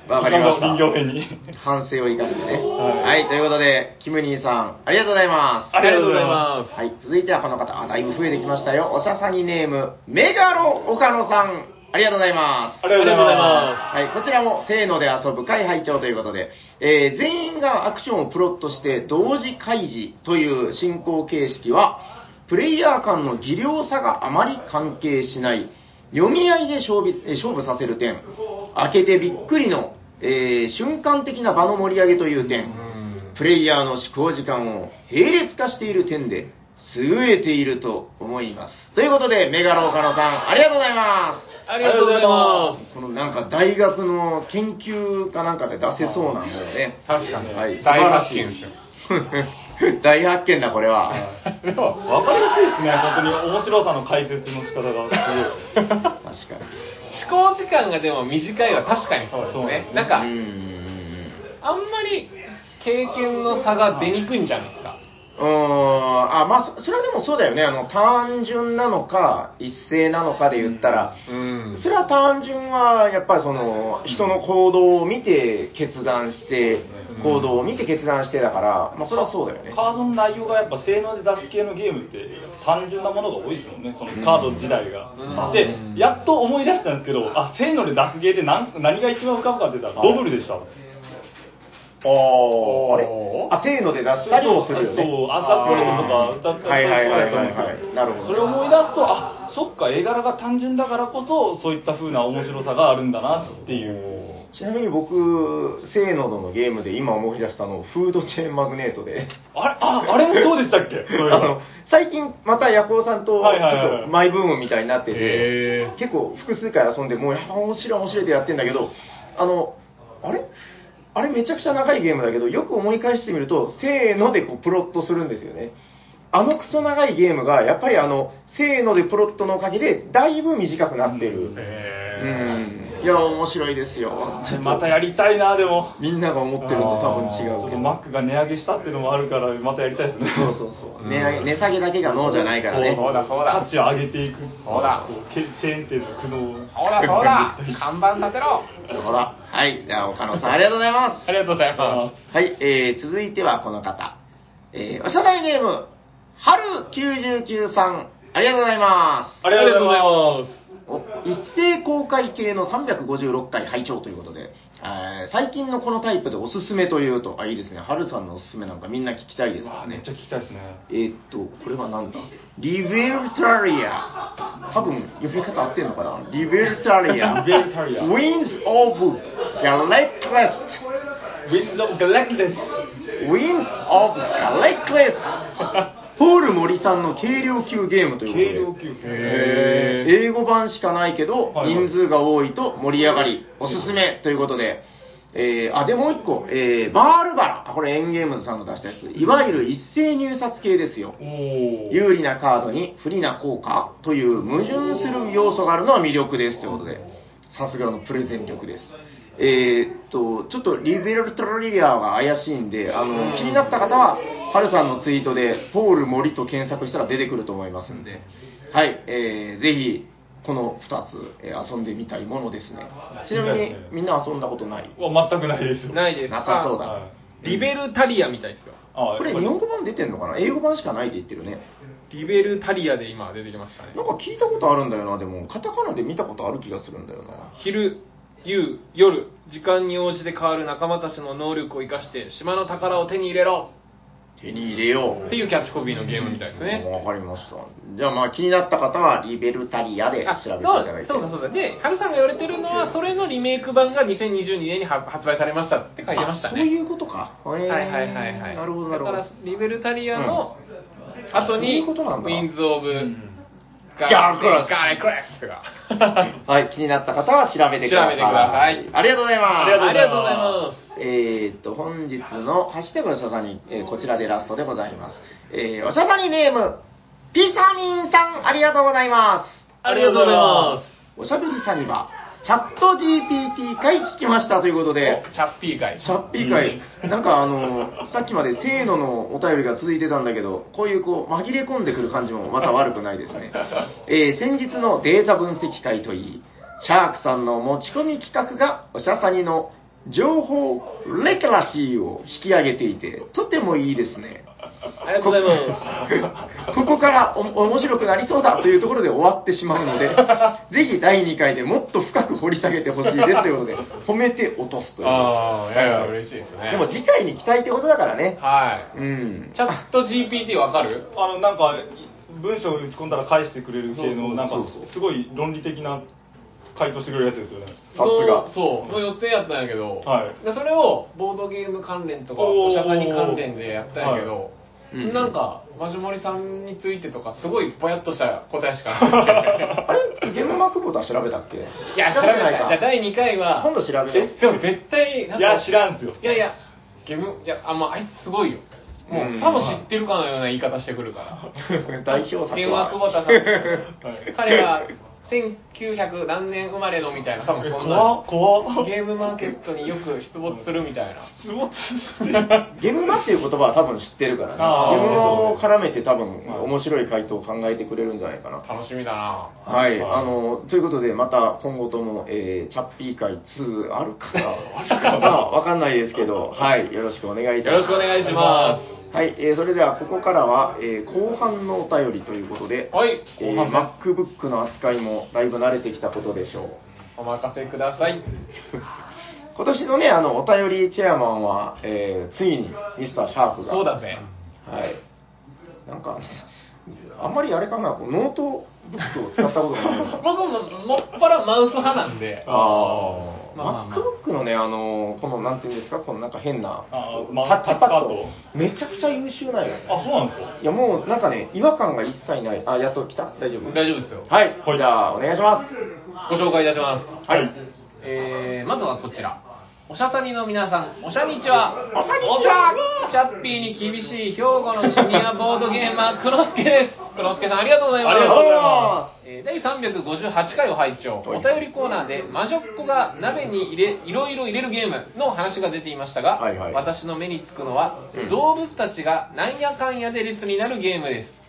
B: わかりました
C: 臨機応変に。
B: 反省を生かしてね。は、
C: はい
B: ということで、キムニーさん、ありがとうございます。
A: ありがとうございます。
B: はい、続いてはこの方、あ、だいぶ増えてきましたよ。おしゃさにネーム、メガロ岡野さん、ありがとうございます。
C: ありがとうございま
B: はい、こちらも、せーので遊ぶ会拝聴ということで、えー全員がアクションをプロットして同時開示という進行形式は、プレイヤー間の技量差があまり関係しない、読み合いで勝負えー勝負させる点、開けてびっくりの、えー瞬間的な場の盛り上げという
A: う
B: 点、
A: ん
B: プレイヤーの思考時間を並列化している点で、優れていると思います。ということで、メガロ岡野さん、ありがとうございます。
A: ありがとうございま
B: このなんか大学の研究かなんかで出せそうなんだよね。
A: す。確かに。
B: はい
A: 大発見ですよ。
B: 大発見だ、これは。
A: でも、
C: わかりやすいですね、本当に。面白さの解説の仕方が、すごい。
B: 確か
A: 思考時間がでも短いは確かにそうです
C: そうで
A: ね
C: す。ね
A: なんか、
B: に。うん。
A: あんまり経験の差が出にくいんじゃないですか。
B: うーんあ、まあ、そそれはでもそうだよね。あの、単純なのか、一斉なのかで言ったら、
A: うん
B: それは単純は、やっぱりその、人の行動を見て決断して、
A: うん
B: 行動を見て決断してだから、まあ、それはそうだよね。
C: カードの内容がやっぱ性能で出す系のゲームって単純なものが多いですもんね、そのカード自体が。
A: うん
C: で
A: う、ん
C: やっと思い出したんですけど、あ、性能で出すゲーって何何が一番浮かぶかって言った
B: はい
C: ら、ドブルでした。
B: おあれ
A: おー
B: あ、せーので出したりもするよ
C: そ
B: ね。
C: う、アサスレルとか、歌った
B: はい
C: り
B: はいはい
C: と
B: はい
C: かやった
B: は
C: んです
B: い。
C: よ
B: なるほど。
C: それを思い出すと、あ、そっか、絵柄が単純だからこそ、そういった風な面白さがあるんだなっていう。
B: ちなみに僕、せーのどのゲームで今思い出したの、フードチェーンマグネートで。
C: あれ、あ、あれもそうでしたっけ
B: あの、最近またヤコウさんと、ち
C: はいはいはい
B: ょっとマイブームみたいになってて、
A: へ
B: 結構複数回遊んで、もうやっぱ面白い面白いってやってんだけど、あの、あれあれめちゃくちゃ長いゲームだけど、よく思い返してみると、せーのでこうプロットするんですよね。あのクソ長いゲームが、やっぱりあの、せーのでプロットのおかげで、だいぶ短くなってる。うん。いや、面白いですよ。ちょっと
C: またやりたいな、でも。
B: みんなが思ってるのと多分違
C: あーちょ
B: う
C: っと
B: けど。
C: マックが値上げしたっていうのもあるから、またやりたいですね。
B: そうそうそう。値上げ値下げだけがノーじゃないからね。
E: そうだそうだ
C: 価値を上げていく。
E: そうだ
C: こけチェーン店の苦悩を。
E: ほらほら看板立てろ
B: そうだ。はい。じゃあ、岡野さん、ありがとうございま。
E: ありがとうございます
B: はい。えー、続いてはこの方。えー、おしゃべりゲーム、春99さん、ありがとうございます。
C: ありがとうございます。
B: お一斉公開系の356回拝聴ということで、えー最近のこのタイプでおすすめというと、あ、いいですね。春さんのおすすめなんかみんな聞きたいですから
C: め
B: ね
C: っち。ゃ聞きたいですね。
B: えーっと、これはなんだリベルタリア。多分、呼び方合ってんのかなリベルタリア。
C: リベルタリア
B: Winds of Galactus。
C: ウィンズ・オブ・ガレックです。
B: Winds of Galactus。ポール森さんの軽量級ゲームということで。
C: 軽量級。
B: えー英語版しかないけど、
C: はいはい
B: 人数が多いと盛り上がり、おすすめということで、えーあ、でもう一個、えーバールバラ、あこれエンゲームズさんの出したやつ、いわゆる一斉入札系ですよ。
C: おー。
B: 有利なカードに不利な効果という矛盾する要素があるのは魅力ですということで、さすがのプレゼン力です。えーっと、ちょっとリベルトリアが怪しいんで、あの、気になった方は、ハルさんのツイートで、ポール森と検索したら出てくると思いますんで、はい、えー、ぜひ、この2つ、えー遊んでみたいものですね。ちなみ
C: いいで
B: に
C: すね、
B: みんな遊んだことない
C: は全くないですよ。
A: ないです。
B: なさそうだ
C: は。
A: あリベルタリアみたいですよ。
C: あ
B: これ、日本語版出てんのかな英語版しかないって言ってるね。
A: リベルタリアで今出てきましたね
B: な。んか聞いたことあるんだよな、でも、カタカナで見たことある気がするんだよな。
A: 昼、夕、夜、時間に応じて変わる仲間たちの能力を生かして、島の宝を手に入れろ
B: 手に入れよう。
A: っていうキャッチコピーのゲームみたいですね。
B: わかりました。じゃあまあ気になった方は、リベルタリアで
A: あ、
B: 調べてい
A: そう
B: ただいて。
A: そうだそうだ。で、ハルさんが言われてるのは、それのリメイク版が2022年に発発売されましたって書いてました
B: あ
A: ね。
B: そういうことか。は
A: はいはいはいはい。
B: なるほどなるほ
A: だか。
B: ど
A: ら、リベルタリアの後
B: そうい
A: に、
B: うことなんだ
A: ウィンズ・オブ・
B: ガークラス
A: ガークラスとか。
B: はい、気になった方は調べてくださ
A: 調べ
B: い。
A: てください
B: ありがとうございます。
C: ありがとうございます
A: ありがとうございます。
B: えーっと、本日のハッシュタグのしゃさに、えーこちらでラストでございます。えー、おしゃさにネーム、ピサミンさん、ありがとうございます。
A: ありがとうございま
B: おしゃべりサニバ、チャット GPT 会聞きましたということで、
A: す。チャッピー会。
B: チャッピー会、なんかあの、さっきまでせーののお便りが続いてたんだけど、こういうこう、紛れ込んでくる感じもまた悪くないですね。えー先日のデータ分析会といい、シャークさんの持ち込み企画が、おしゃさにの情報レカラシーを引き上げていて、とてもいいですね。
A: ありがとうございます。
B: ここからお面白くなりそうだというところで終わってしまう ので、ぜひ第2回でもっと深く掘り下げてほしいですということで、褒めて落とすという。
A: ああ、いやいや、嬉しいですね。
B: でも次回に期待ってことだからね。
A: は
B: うん
A: い。。チャット GPT わかる
C: あの、なんか、文章を打ち込んだら返してくれる系の、なんか
B: そうそう、
C: すごい論理的な回答してくれるやつですよね。
B: さすが
A: そう、そうの予定やったんやけど、
C: はい
A: でそれをボードゲーム関連とか、
C: おー
A: おしゃさに関連でやったんやけど、
C: はい
B: うん
A: なんか、マジモリさんについてとか、すごいぼやっとした答えしか な
B: あれゲームマークボタン調べたっけ
A: い。いや、調べないか。じゃあ第2回は、
B: 今度調べよう
A: えでも絶対、なん
C: い
A: か
C: や、知らんすよ。
A: いやいや、ゲーム、いや、あ、まあ、あいつすごいよ。も
B: うん
A: う、さも知ってるかのような言い方してくるから。
B: 代表作は。
A: ゲームは久保田さ
C: はい
A: ん。彼は、1900何年生まれのみたいな、多分そん
C: 怖
A: な
C: っ。怖っ
A: ゲームマーケットによく出没するみたいな。
C: すごっ
B: ゲームマっていう言葉は多分知ってるからね。
C: あー
B: ゲームマを絡めて多分面白い回答を考えてくれるんじゃないかな。
A: 楽しみだな
B: はい、
C: はい
B: あの、ということで、また今後とも、えー、チャッピー会2あるか なま あ、わかんないですけど、はい、よろしくお願いいた
A: よろ
B: します。
A: しくお願いしま
B: はい、えーそれではここからは、えー後半のお便りということで、
A: す。はい、
B: え
A: 後
B: ー、
A: 半戦
B: MacBook の扱いもだいぶ慣れてきたことでしょう。
A: お任せください。
B: 今年のね、あの、お便りチェアマンは、えーついにミスターシャープが。
A: そうだぜ。
B: はい。なんか、あんまりあれかな、こうノートブックを使ったことがない
A: 僕ももっぱらマウス派なんで、
B: ああ、
A: まあまあまあ
B: MacBook のね、あの、この、なんていうんですか、このなんか変な、
C: あー
B: タ
C: まあ
B: ッチパッド
C: タッチ、
B: めちゃくちゃ優秀なんよね。
C: あ、そうなんですか
B: いや、もうなんかね、違和感が一切ない。あ、やっと来た大丈夫
A: 大丈夫ですよ。
B: はい、
C: はい
B: じゃあ、お願いします。
A: ご紹介いたします。
B: はい。
A: えー、まずはこちら。おしゃたにの皆さん、おしゃにちは。おしゃにちは。チャッピーに厳しい兵庫のシニアボードゲーマー、クロスケです。クロスケさん、ありがとうございます。。
C: ありがとうございます
A: えー第358回を拝聴お便りコーナーで魔女っ子が鍋に入れいろいろ入れるゲームの話が出ていましたが、
B: はいはい
A: 私の目につくのは、
B: うん
A: 動物たちがなんやかんやで列になるゲームです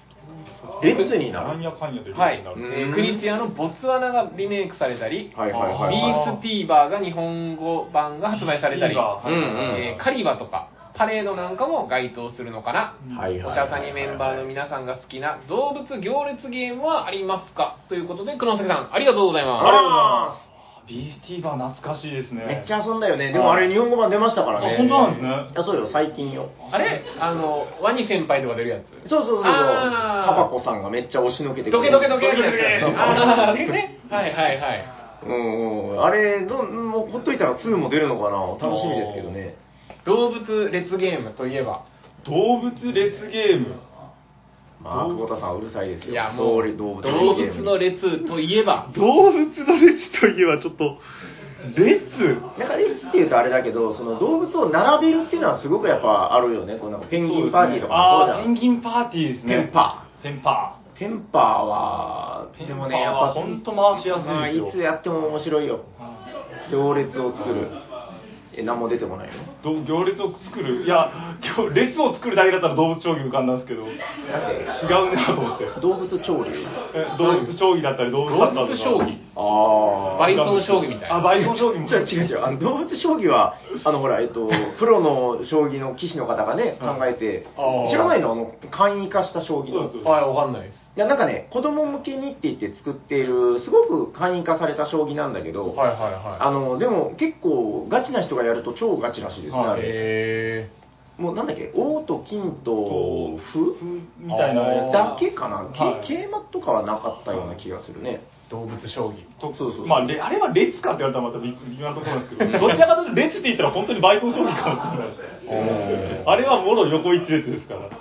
B: 列にな
F: なん
B: る
F: やかんやで
A: はい、え
F: なる
A: ークニチアのボツワナがリメイクされたり、
B: はいはい
A: ビ
B: はい
A: ースティーバーが日本語版が発売されたり、
B: うんうん
A: えーカリバとかパレードなんかも該当するのかな、
B: はいはいはい
A: おしゃさにメンバーの皆さんが好きな動物行列ゲームはありますかということで黒崎さんありがとうござい
B: あ
A: ま
B: り
A: す
B: がとうございます
C: ビースティーバー懐かしいですね
B: めっちゃ遊んだよね。でもあれ日本語版出ましたからね。
C: あ本当なんですね
B: いや、そうよ、最近よ。
A: あれあのワニ先輩とか出るやつ
B: そうそうそうそう。
A: あー
B: タバコさんがめっちゃ押しのけてく
A: ドケドケドケってやつ
B: そうそう
A: あーねはいはいはい
B: うんうん。あれ、どんもうほっといたら2も出るのかな楽しみですけどね。
A: 動物列ゲームといえば
C: 動物列ゲーム
B: まあ、久保田さんうるさいですよ。
A: いやもう動
B: 動物
A: 物
B: のゲーム
A: の列といえば
C: 動物の列といえばちょっと列
B: なんかレッチっていうとあれだけど、その動物を並べるっていうのはすごくやっぱあるよね。こうなんかペンギンパーティーとかもそ
C: あ
B: う
C: ー
B: じ
C: ペンギンパーティーです
B: ゃん。
C: ね
B: テンパ
F: テンパ
B: ー。テンパーは、でもね、やっぱ、
C: 本当回しや
B: まあ、
C: すいで
B: い
C: す
B: つ
C: よ、
B: やっても面白いよ。行列を作る。え、何も出てこないよ。
C: ど行列を作るいや行列を作るだけだったら動物将棋浮かんだんですけど違う
B: だ
C: なと思って
B: って、動物潮流。
C: え動物将棋だったり動物サッカーとか
A: 動物将棋
B: あ
A: バイソン将棋みたい
C: あ
A: な
C: バイソン将棋も
B: 違う違う違うあの動物将棋はあのほらえっとプロの将棋の棋士の方がね考えて
A: あー
B: 知らないのあの簡易化した将棋
C: そう
B: の
C: ですそうです
A: はいわかんないです
B: いやなんかね子供向けにって言って作っているすごく簡易化された将棋なんだけど、
A: はいはいは
B: あのでも結構ガチな人がやると超ガチらしいですね、
C: はい
B: あ
A: い
B: れ
A: へ
B: もうなんだっけ王と金と
C: ふ
B: 歩
C: みたいなやつ
B: だけかな、け
C: はい
B: 桂馬とかはなかったような気がするね
A: ー動物将棋
C: と
B: そうそう
C: まあ、れあれは列かって言われたらまた微微妙なところなんですけど、どちらかというと列って言ったら本当に倍増将棋かもしれないです。あれはもろ横一列ですから。
B: 確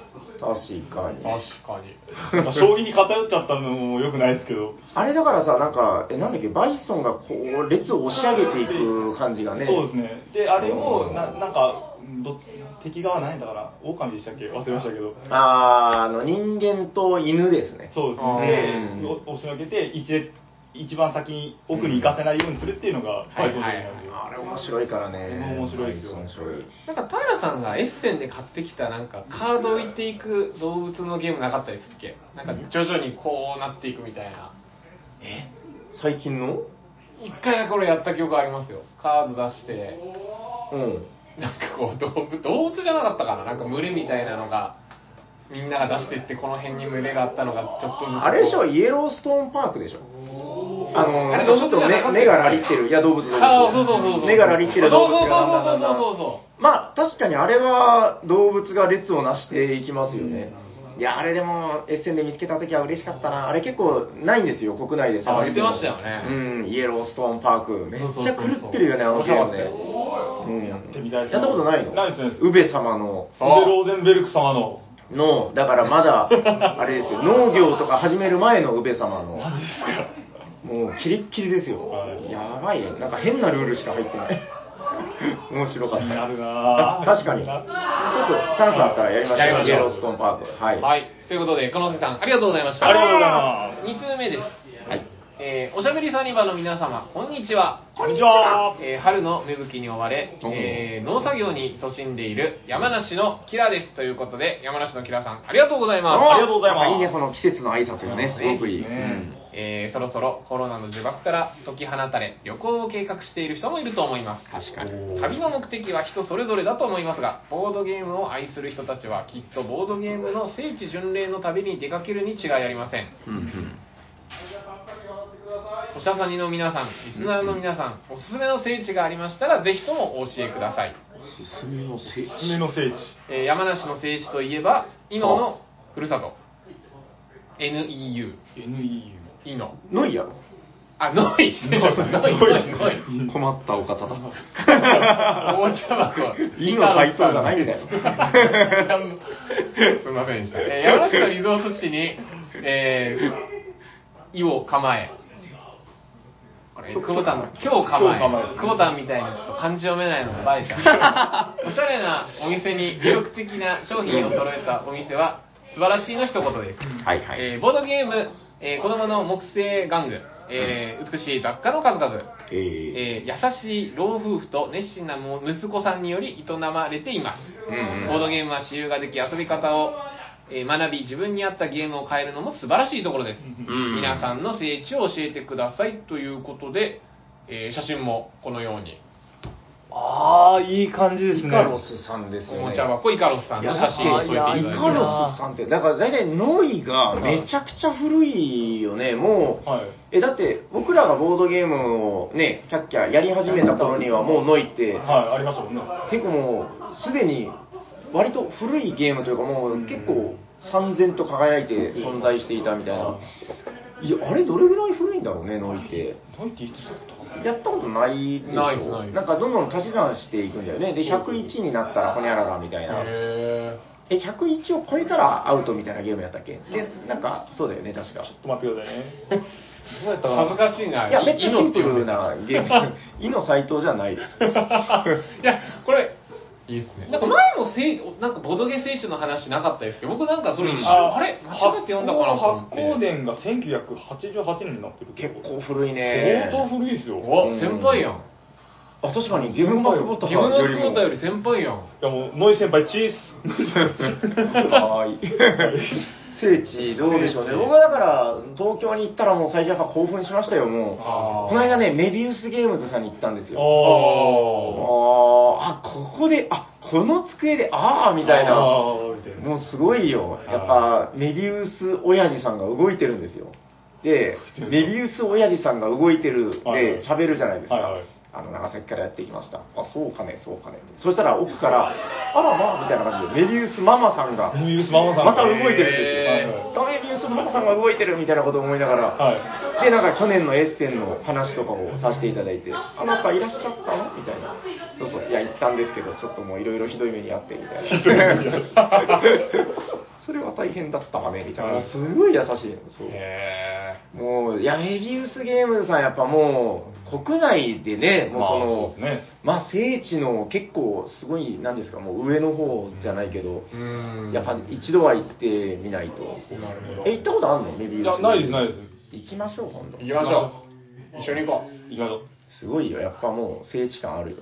B: か
A: 確
B: に
A: かに
C: まあ将棋に偏っちゃったのも良くないですけど。
B: あれだからさ、なんか、え、なんだっけ、バイソンがこう、列を押し上げていく感じがね。
C: そうですね。で、あれを、
B: うん
C: ななんか、どっち敵側何だから、狼でしたっけ忘れましたけど。
B: あーあの、人間と犬ですね。
C: そうです
A: あ
C: ね。
B: ー
C: で、お押しのけて一列、一番先に奥に行かせないようにするっていうのが倍増将棋なんで。
B: あれ面白いからね。
C: 面白いですよ
B: バイソン面白い。
A: なんか平さんがエッセンで買ってきたなんかカード置いていく動物のゲームなかったですっけなんか徐々にこうなっていくみたいな
B: 最近の
A: 一回だけ俺やった記憶ありますよカード出して
B: うん。
A: なんかこう動物動物じゃなかったかななんか群れみたいなのがみんなが出してってこの辺に群れがあったのがちょっとずつこう
B: あれでしょ、イエローストーンパークでしょ。あの、
A: あれ
B: ちょっと
A: 動物じゃなか
B: 目
A: った
B: 目がラリってる。いや、動物動物。
A: ああそうそうそうそう
B: 目がラリってる動物がだんだんだんだん
A: そうそうそうそうそうそ
B: まあ、確かにあれは動物が列をなしていきますよね。いや、あれでも、エッセンで見つけたときは嬉しかったな。あれ結構ないんですよ、国内で
A: あ
B: 探しても
A: 言ってましたよね
B: うん、イエローストーンパーク。めっ
A: そう
B: ち
A: そ
B: ゃ
A: うそうそう
B: 狂ってるよね、あのゲームね
A: 面白。
B: うん、や
C: ってみたいです
B: やったことないの
C: ないですないです
B: 宇部様の、
C: そしてローゼンベルク様の。
B: の、だから まだ、あれですよ、農業とか始める前の宇部様の。
C: マジですか。
B: もうキリッキリですよ
C: はい。
B: やばいね。なんか変なルールしか入ってない。面白かった。
C: 気になるなぁ
B: 確かに。ちょっとチャンスあったらやりましょ
A: や
B: う。
A: りましょう
B: イエローストーンパーク。は
A: う
B: い。
A: はいということでこの瀬さんありがとうございました
C: ありがとうございます
A: 2通目です
B: はい
A: えーおしゃべりサニバの皆様、こんにちは。
C: こんにちは
A: えー春の芽吹きに追われ、えー農作業に勤しんでいる山梨のキラです。ということで、山梨のキラさん、ありがとうござい
B: おー
A: ます。
C: りがとうございます
B: なんかいいね、この季節の挨拶がね、すごくいい。
C: そうですね
A: えーそろそろコロナの呪縛から解き放たれ、旅行を計画している人もいると思います。
B: 確かに。
A: 旅の目的は人それぞれだと思いますが、ボードゲームを愛する人たちは、きっとボードゲームの聖地巡礼の旅に出かけるに違いありません。
B: うんうん。
A: おしゃさにの皆さん、リスナーの皆さん、おすすめの聖地がありましたら、ぜひともお教えください。
B: 進みのせい。
C: 夢の聖地。
A: えー山梨の聖地といえば、伊野のふるさと。NEU。
C: NEU。
A: 伊野。
B: のいやろ。
A: あ、ノイ、失礼しました。ノイ、ノイ、ノイ。
B: 困ったお方だ。
A: お茶箱。
B: いいの配当じゃないんだよ。
A: すみませんでした。えー山梨のリゾート地に、えー、意を構え、あね久保田の「今日構え
C: 今日構え」
A: 久保田みたいにちょっと漢字読めないのがバレちゃ うおしゃれなお店に魅力的な商品を揃えたお店は素晴らしいの一言です、
B: はいはい。
A: えーボードゲーム、えー子供の木製玩具、えー美しい雑貨の数々
B: えー
A: えー優しい老夫婦と熱心な息子さんにより営まれています、
B: うんうん
A: ボードゲームは私有ができ遊び方を、えー学び自分に合ったゲームを変えるのも素晴らしいところです、
B: うん
A: 皆さんの聖地を教えてくださいということで、えー写真もこのように
C: ああ、いい感じですね。
B: イカロスさんです
A: お
B: よね。
A: もちゃ箱イカロスさんの写真を添えてい
B: イ
A: ただいて
B: カロスさんって、だから大体ノイがめちゃくちゃ古いよね、もう。
C: はい。
B: え、だって僕らがボードゲームをね、キャッキャやり始めた頃にはもうノイって、
C: はい、ありましたもんね。
B: 結構もうすでに割と古いゲームというかもう結構三然と輝いて存在していたみたいな。いや、あれどれぐらい古いんだろうね、ノイって。
C: なんて言ってたことか
B: やったことないでしょ
A: ないですないです
B: んかどんどん足し算していくんだよね。で、101になったらほにゃららみたいな。
A: へ
B: え、101を超えたらアウトみたいなゲームやったっけで、なんか、そうだよね、確か。
C: ちょっと待ってくださいね。どうやった
A: ー恥ずかしいない
B: や、めっちゃシンプ
A: イノって呼
B: ル
A: んでた
B: なゲー ム。イの斎藤じゃないで
A: い
B: す。
A: や、これ、いいですね。なんか前もせい、なんかボドゲ聖地の話なかったですけど、僕なんかそれ一瞬、あれ間違って読んだかなと思って。
C: 発光電が1988年になってる
B: 結構古いね
C: 相。当古いですよ。
A: お、先輩やん。
B: あ、確かに、ゲームマークボタン
A: 自分の
B: より
A: 久
B: も
A: 保田より先輩やん。
C: いやもう、ノイ先輩、 チーズ。
B: は ーい。聖地、どうでしょうね。僕はだから、東京に行ったらもう最初やっぱ興奮しましたよ、も
A: あー
B: う。この間ね、メビウスゲームズさんに行ったんですよ。あ
C: あ
B: ーあ、ここで、あ、この机で、ああ、みたい
C: あ
B: な。
C: ーみたいな。
B: もうすごいよ。やっぱ、メビウス親父さんが動いてるんですよ。で、メビウス親父さんが動いてる
C: はいはい
B: で、喋るじゃないです
C: はい
B: か
C: はい。
B: あの、長崎からやってきました。あ、そうかね、そうかね。そしたら奥から、あらまあ、みたいな感じで、メビウスママさんが、
C: メビウスママさんが
B: また動いてるん
C: へ
B: ですよ。あメビウスママさんが動いてるみたいなことを思いながら、
C: は
B: で、なんか去年のエッセンの話とかをさせていただいて、あ、なんかいらっしゃったのみたいな。そうそう、いや、行ったんですけど、ちょっともういろいろひどい目にあって、みた
C: ひどい
B: い
C: 目に
B: な。それは大変だったわね、みたい
C: は
B: な。
C: い
B: すごい優しいのそう
C: い。へ
B: もう、いや、メビウスゲームズさんやっぱもう、国内でね、
C: え。
B: も
C: まあ、
B: うその
C: そ、うですね。
B: まあ、聖地の結構すごい、なんですか、もう上の方じゃないけど、
A: うん
B: やっぱ一度は行ってみないと。
A: なるほど。
B: え、行ったことあるのメビウス。
C: いや、ないです、ないです。
B: 行きましょう、今度。
A: 行きましょう。一緒に行こ
C: 意外と。
B: すごいよ、やっぱもう聖地感あるよ。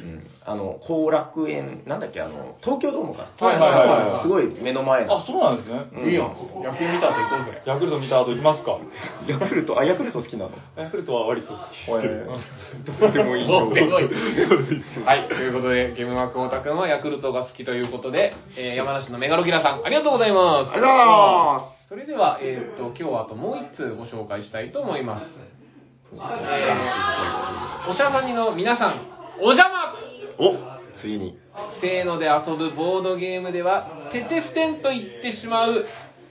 B: うん、あの後楽園、なんだっけ、あの東京ドームか、
C: はいはいはいはい
B: すごい目の前
C: あ
B: な、、
C: そうなんですね。
A: う。
B: うん
A: いいやん。野球見た後行こうぜ。
C: ヤクルト見た後行き ますか。
B: ヤクルト、あ、ヤクルト好きなの、
C: ヤクルトは割と好き
B: おいどうでもいい
A: どうで もいい
B: は、
A: はいい、ということで、ゲームマークオタ君はヤクルトが好きということで、えー山梨のメガロギラさん、ありがとうございます。
B: ありがとうございま
A: それでは、えーっと、今日はあともう一通ご紹介したいと思います。えーおしゃさにの皆さん、お邪魔
B: す。おついに、
A: せーので遊ぶボードゲームでは、テテステンと言ってしまう、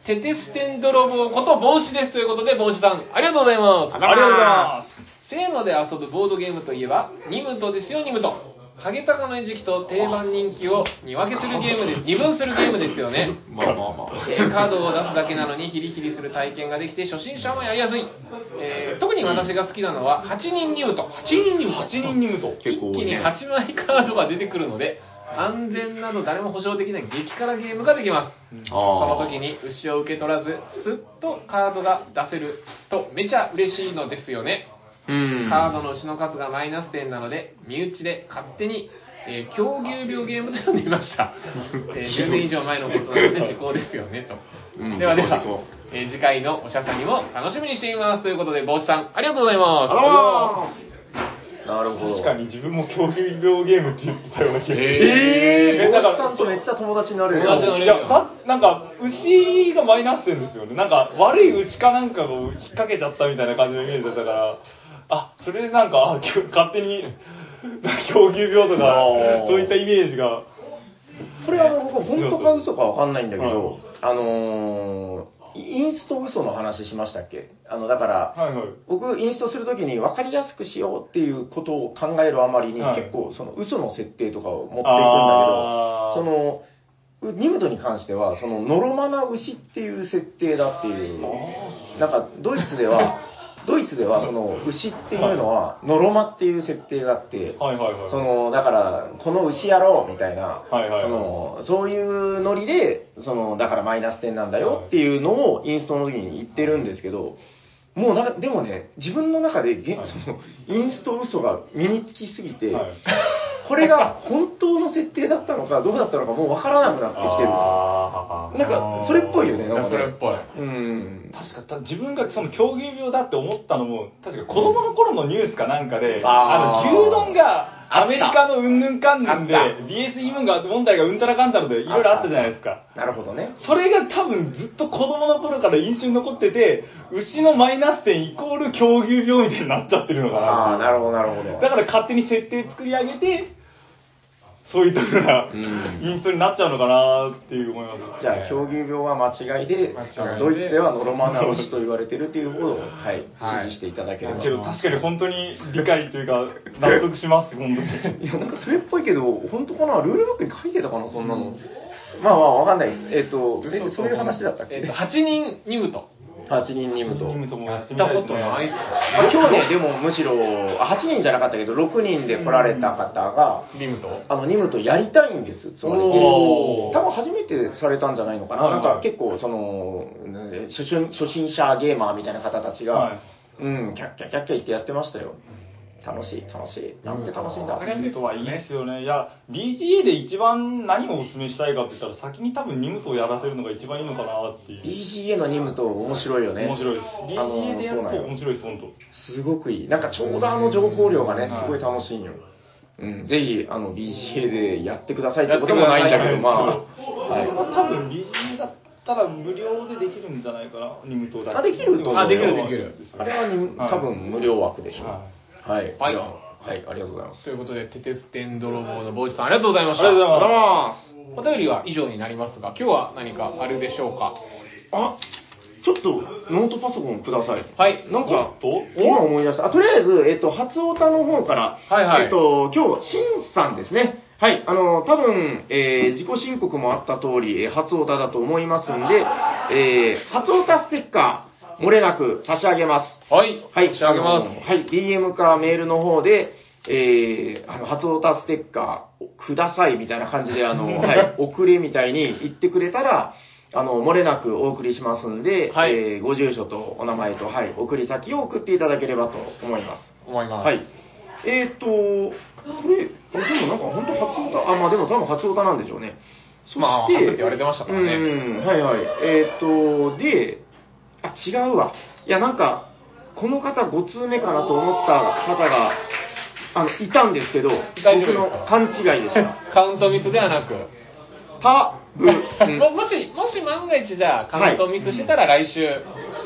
A: テテステン泥棒こと帽子ですということで、帽子さん、ありがとうございます。。
B: ありがとうございます
A: せーので遊ぶボードゲームといえば、ニムトですよ、ニムト。ハゲタカの餌食と定番人気を2分けするゲーム です。二分するゲームですよね。
B: まあまあまあ、
A: えーカードを出すだけなのにヒリヒリする体験ができて初心者もやりやすい、えー特に私が好きなのは8人ニュート8人ニュート
C: 8人に無双。
B: 結構
A: 一
B: 多
A: 気
B: い
A: に
B: ね。
A: 8枚カードが出てくるので安全など誰も保証できない激辛ゲームができます、
B: あー
A: その時に牛を受け取らずスッとカードが出せるとめちゃ嬉しいのですよね、
B: うん、
A: カードの牛の数がマイナス点なので身内で勝手に、えー狂牛病ゲームと呼んでいま した、えー10年以上前のことなので時効ですよねと、
B: うん
A: ではでは
B: 時効、
A: えー次回のおしゃさにも楽しみにしていますということで帽子さんありがとうございます
B: あらなるほど。
C: 確かに自分も恐竜病ゲームって言ったような気がする。
B: え
C: えー
B: ー、帽子さんとめっちゃ友達になれる。
A: 友達になれる
C: いやだなんか牛がマイナス点ですよねなんか悪い牛かなんかを引っ掛けちゃったみたいな感じのイメージだったからあそれでなんかあきょ勝手に なんか狂牛病とか
B: あー
C: そういったイメージが
B: これは僕本当か嘘かわかんないんだけど、あのーインスト嘘の話しましたっけあの、だから、
C: はいはい
B: 僕、インストするときに分かりやすくしようっていうことを考えるあまりに、
C: はい
B: 結構、その嘘の設定とかを持っていくん
C: あー
B: だけど、その、うニムトに関しては、その、のろまな牛っていう設定だっていう、なんか、ドイツでは、ドイツではその牛っていうのはノロマっていう設定があって、
C: はいはいはい。
B: そのだからこの牛やろうみたいな、
C: はいはいはい
B: そのそういうノリでそのだからマイナス点なんだよっていうのをインストの時に言ってるんですけど、もうなんかでもね自分の中でげ、
C: はい
B: そのインスト嘘が身につきすぎて、
C: はい
B: これが本当の設定だったのかどうだったのかもうわからなくなってきてる。
C: あー
B: なんかそれっぽいよねなんか
A: それっぽい。
B: うん
C: 確かた自分がその狂牛病だって思ったのも確か子供の頃のニュースかなんかで、
B: あ
C: あ
B: ー
C: の牛丼がアメリカのうんぬんかんぬんで
B: あっ
C: BSE 問題問題がうんたらかんたらでいろいろあったじゃないですか
B: なるほどね
C: それが多分ずっと子供の頃から印象に残ってて牛のマイナス点イコール狂牛病みたいになっちゃってるのか
B: ああ
C: な
B: なるほどなるほど
C: だから勝手に設定作り上げてそういったふうな
B: うん
C: インストになっちゃうのかなっていう思いますね、
B: じゃあ、狂牛病は間違いで、あのドイツではノロマナウシと言われてるということを、はい、
A: はい
B: 支持していただければ。
C: けど確かに本当に理解というか納得します本当に
B: いや、なんかそれっぽいけど、本当かな、ルールブックに書いてたかな、そんなの。まあまあ、わかんないです。えっ、と、えそういう話だったっ
A: え
B: け、
A: っと、8人2部と。
B: 八 ?8 人2部と。
C: ニムともやってみ
A: た
C: たい
A: こ
C: です
A: と
C: ね
A: ないっす
B: まあ、今日ね、でもむしろ、8人じゃなかったけど、6人で来られた方が、
A: リムと。
B: あの、ニムとやりたいんです、つまり。
C: お
B: 多
C: ー
B: 分初めてされたんじゃないのかな。
C: はい
B: な
C: はい
B: んか結構、その、ね初心初心者ゲーマーみたいな方たちが、
C: はい
B: うん、キャッキャッキャッキャ言ってやってましたよ。楽しい、楽しい。なんて楽しいんだ。
C: あれとはいいですよねいや BGA で一番何をお勧めしたいかって言ったら先に多分ニムとをやらせるのが一番いいのかなっていう
B: BGA の任務と面白いよね。
C: 面白いです
B: あの
C: BGA でやると
B: そうなんよ
C: 面白いです本当
B: すごくいい。なんかちょうどあの情報量がね
C: うん、
B: すごい楽しいんよ。うん、ぜひ、あの、BGA でやってくださいってこともないんだけど、まあ。
C: これは多分 BGA だったら無料でできるんじゃないかなニムとだけ
B: あできると思うよあできるで
A: きる
B: あれはに
C: はい
B: 多分無料枠でしょ。
C: は
B: はい。
A: はい
B: じゃあはい、ありがとうございます。
A: ということで、ててつてん泥棒の坊主さん、ありがとうございました。
C: ありがとうございます
A: お便りは以上になりますが、今日は何かあるでしょうか
B: あちょっとノートパソコンください。
A: はい。
B: なんか
C: おっと、
B: 今思い出した。あとりあえず、えっと、初オタの方から、
A: はいはい
B: えっと、今日、シンさんですね。はい、あの、多分、えー自己申告もあった通り、えー初オタだと思いますんで、えー初オタステッカー、漏れなく差し上げます。
A: はい。
B: はい、
A: 仕上げま
B: あの
A: す。
B: はい、DM かメールの方で、えー、あの、初オタステッカーをくださいみたいな感じで、あの、はい、送れみたいに言ってくれたら、あの、漏れなくお送りしますんで、
A: はい
B: えーご住所とお名前と、はい、送り先を送っていただければと思います。
A: 思います。
B: はい。えーっと、これ、あでもなんか本当初オタ、あ、まあでも多分初オタなんでしょうね。そして、
A: まあ初って言われてましたからね
B: うん、はいはい。えーっと、で、あ、違うわ。いや、なんか、この方5通目かなと思った方が、あの、いたんですけど、
A: 大丈夫
B: 僕の勘違いでした。
A: カウントミスではなく、
B: た、ぶ、 うん
A: ももし、もし万が一じゃあカウントミスしてたら来週、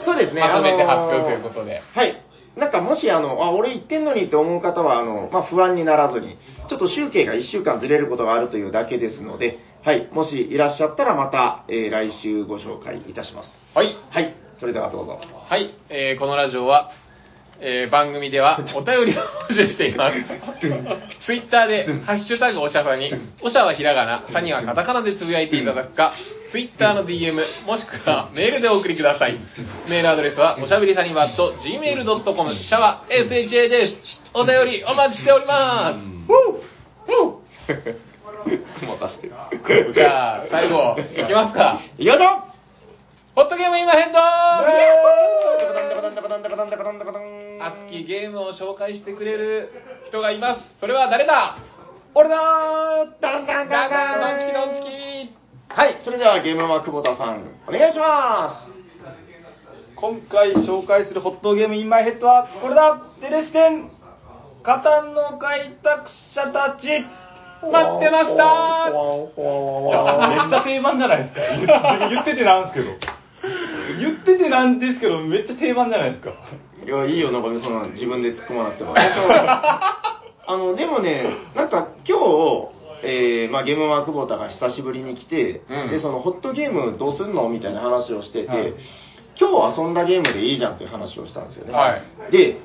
B: そうですね。
A: まとめて
B: あの
A: 発
B: ー
A: 表ということで
B: はい。なんかもしあの、あ、俺行ってんのにって思う方は、あの、まあ、不安にならずに、ちょっと集計が1週間ずれることがあるというだけですので、はい。もしいらっしゃったらまた、えー来週ご紹介いたします。
A: はい。
B: はい。それではどうぞ。
A: はい。えーこのラジオは、えー番組ではお便りを募集しています。ツイッターで、ハッシュタグおしゃさに、おしゃはひらがな、さにはカタカナでつぶやいていただくか、ツイッターの DM、もしくはメールでお送りください。メールアドレスは、おしゃべりさにばっと gmail.com、シャワー SHA です。お便りお待ちしております。
B: お待たせ。
A: じゃあ、最後、いきますか。
B: 行きましょう
A: ホットゲーム今変動熱きゲームを紹介してくれる人がいます。それは誰だ
B: 俺だーダンダン
A: ダ
B: ダン
A: ダド
B: ダ
A: ンチキドンチ
B: ン
A: キ
B: はい、それではゲームは久保田さん、お願いします
C: 今回紹介するホットゲームインマイヘッドはこれだテレステンカタンの開拓者たちいや
A: 待ってました
C: めっちゃ定番じゃないですか 言って言っててなんですけど言っててなんですけどめっちゃ定番じゃないですか
B: いや、いいよ、なんかね、その自分で突っ込まなく ても。あの、でもね、なんか今日、えーまあ、ゲームワークボタが久しぶりに来て、
A: うん
B: で、そのホットゲームどうすんのみたいな話をしてて、
C: はい
B: 今日遊んだゲームでいいじゃんっていう話をしたんですよね。
A: は
B: で、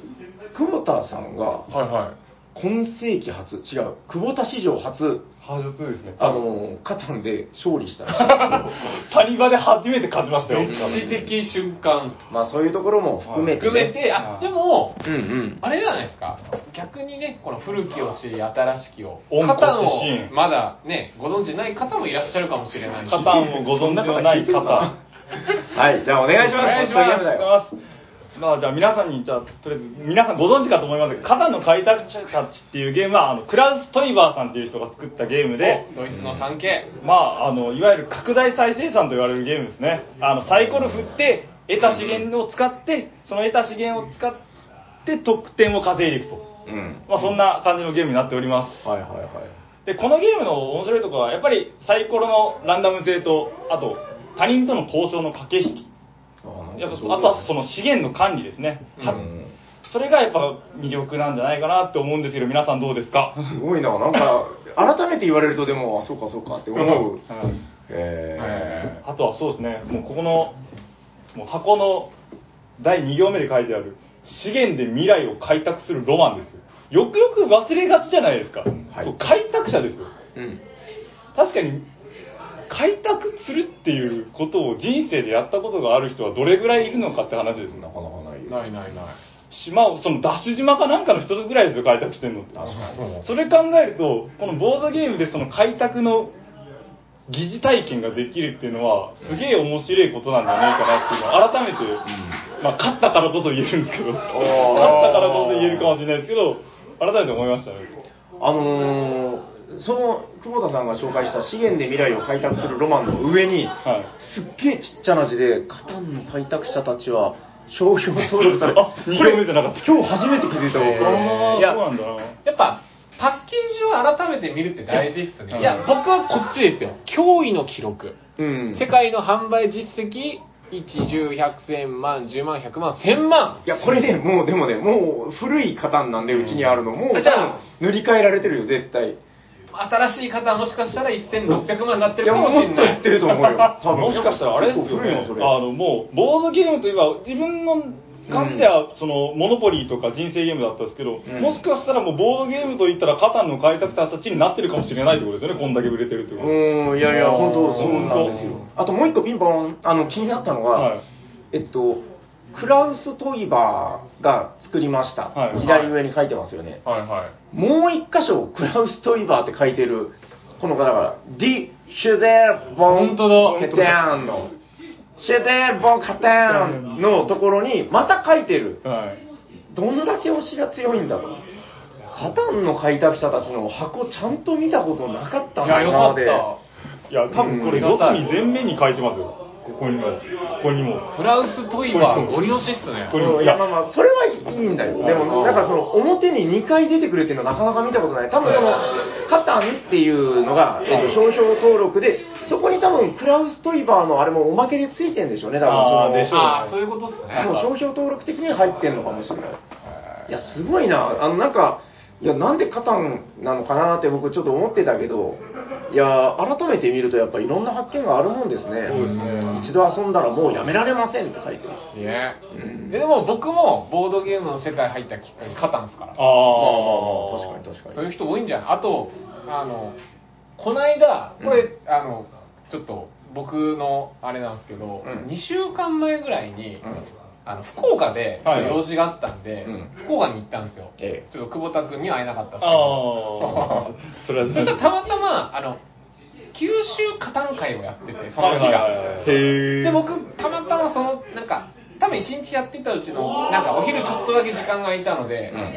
B: 久保田さんが、
A: はいは
B: 今世紀初、違う、久保田史上初、
C: はずですね。
B: あの、カタンで勝利したらしいんです けど
C: サリバで初めて勝ちましたよ。
A: 歴史的瞬間
B: まあそういうところも含めて、
A: 含めて、あ、でも、
B: うんうん。
A: あれじゃないですか。逆にね、この古きを知り、新しきを。
C: 温故知新
A: カタンをまだね、ご存知ない方もいらっしゃるかもしれないし。
C: カタンをご存知のない方。あ
B: はい、じゃあお願いします。
A: お願いします
B: ホットゲームだ
C: り
B: よ
C: がとうございます。まあじゃあ皆さんに、じゃあとりあえず皆さんご存知かと思いますが、カタンの開拓者たちっていうゲームは、あのクラウス・トイバーさんっていう人が作ったゲームで、
A: ドイツの産経。
C: まあ、あのいわゆる拡大再生産と言われるゲームですねあのサイコロ振って得た資源を使ってその得た資源を使って得点を稼いでいくと、
B: うん。
C: まあ、そんな感じのゲームになっております、
B: はいはいはい。
C: でこのゲームの面白いところはやっぱりサイコロのランダム性とあと他人との交渉の駆け引きやっぱあとはそ
B: の、
C: の資源の管理ですね、
B: う
C: は
B: ん
C: それがやっぱ魅力なんじゃないかなって思うんですけど皆さんどうですか、
B: すごいな、なんか、改めて言われるとでも、あ、そうかそうかって思う。
C: うん
B: え
C: あとはそうですね、もうここの、もう箱の第2行目で書いてある、資源で未来を開拓するロマンですよ。よくよく忘れがちじゃないですか。
B: い
C: そう開拓者ですよ。
B: ーうん。
C: 確かに、開拓するっていうことを人生でやったことがある人はどれぐらいいるのかって話です
B: な
C: ね。
B: かなかないよ。
A: ないないない。
C: 島を、その脱出島かなんかの一つぐらいですよ、開拓してるのって。
B: 確かに。
C: それ考えると、このボードゲームでその開拓の疑似体験ができるっていうのは、すげえ面白いことなんじゃないかなっていうのは、改めて、まあ、勝ったからこそ言えるんですけど、勝ったからこそ言えるかもしれないですけど、改めて思いましたね。
B: あのー、その久保田さんが紹介した資源で未来を開拓するロマンの上に、
C: はい
B: すっげえちっちゃな字で、カタンの開拓者たちは商標登録され
C: あ二行目じゃなかった
B: これ今日初めて気づいた僕
A: へ
C: あ
A: ーい
C: あ、そ
A: や
C: うなんだな。
A: やっぱ、パッケージを改めて見るって大事っすね。
C: い
A: い
C: や
A: や、僕はこっちですよ。驚異の記録。
B: うん。
A: 世界の販売実績、1、10、100、1000万、10万、100万、1000万。
B: いや、これね、もうでもね、もう古いカタンなんで、うちにあるの。もう、
A: あじゃあ
B: 塗り替えられてるよ、絶対。
A: 新しい方はもしかしたら1600万になって
B: い
A: る
B: や、
A: かも
B: もう
A: しれ
B: もっと
A: な
B: 言
A: い
B: って。ると思うよ。多 分。
C: もしかしたらあれですよ、
B: 結構古い
C: ね
B: の、それ。
C: あのもうボードゲームといえば自分の感じではそのモノポリーとか人生ゲームだったんですけど、
B: うん
C: もしかしたらもうボードゲームといったらカタンの開拓者たちになってるかもしれないってことですよねこんだけ売れてるってこと、
B: うーん、いやいや、本当そうなんですよ
C: 本。
B: あともう一個ピンポン、あの、気になったのが、
C: はい
B: えっと、クラウス・トイバーが作りました。
C: はい
B: 左上に書いてますよね。
A: はいはい。
B: もう一箇所、クラウス・トイバーって書いてる、この方から、ディ・シュデル・ボン・
A: 本当だ
B: カテーンの、シュデル・ボン・カテーンのところに、また書いてる。
C: はい
B: どんだけ推しが強いんだと。カタンの開拓者たちの箱ちゃんと見たことなかったん
A: いや、
B: だ
A: よ
B: 今
A: か
B: ま
A: っ
B: で。
A: た。
C: いや多分これ
A: うんあ
C: 四
A: りがたい
C: 隅全面に書いてますよここにもここにも
A: フラウス・トイバー、ゴリ押しっすね
C: こ。れ
B: うんいやまあまあそれはいいんだよでもなんかその表に2回出てくるっていうのはなかなか見たことない多分そのカタンっていうのが、えっと商標登録でそこに多分クラウス・トイバーのあれもおまけでついてんでしょうね多分
C: あー
B: その
C: でしょ
A: ああ、そういうことっすね
B: もう。商標登録的に入ってんのかもしれないいやすごいなあのなんかいやなんでカタンなのかなって僕ちょっと思ってたけどいや改めて見るとやっぱいろんな発見があるもんですね
A: そうですね
B: 一度遊んだらもうやめられませんって書いてる
A: ねえでも僕もボードゲームの世界入ったきっかけ、カタンっすから。
C: ああ
B: まあまあまあ確かに確かに
A: そういう人多いんじゃないあと、あの、こないだ、これ、あの、ちょっと僕のあれなんですけど、
B: うん
A: 2週間前ぐらいに、
B: うん
A: あの福岡でちょっと用事があったんで、
B: うん
A: 福岡に行ったんですよ、
B: ええ
A: ちょっと久保田君には会えなかったんですけど
C: ああ それは
A: そしたらたまたまあの九州歌壇会をやっててその日が、
C: はいはいはいへえ
A: で僕たまたまそのなんか多分1日やってたうちのなんかお昼ちょっとだけ時間が空いたので、
B: うん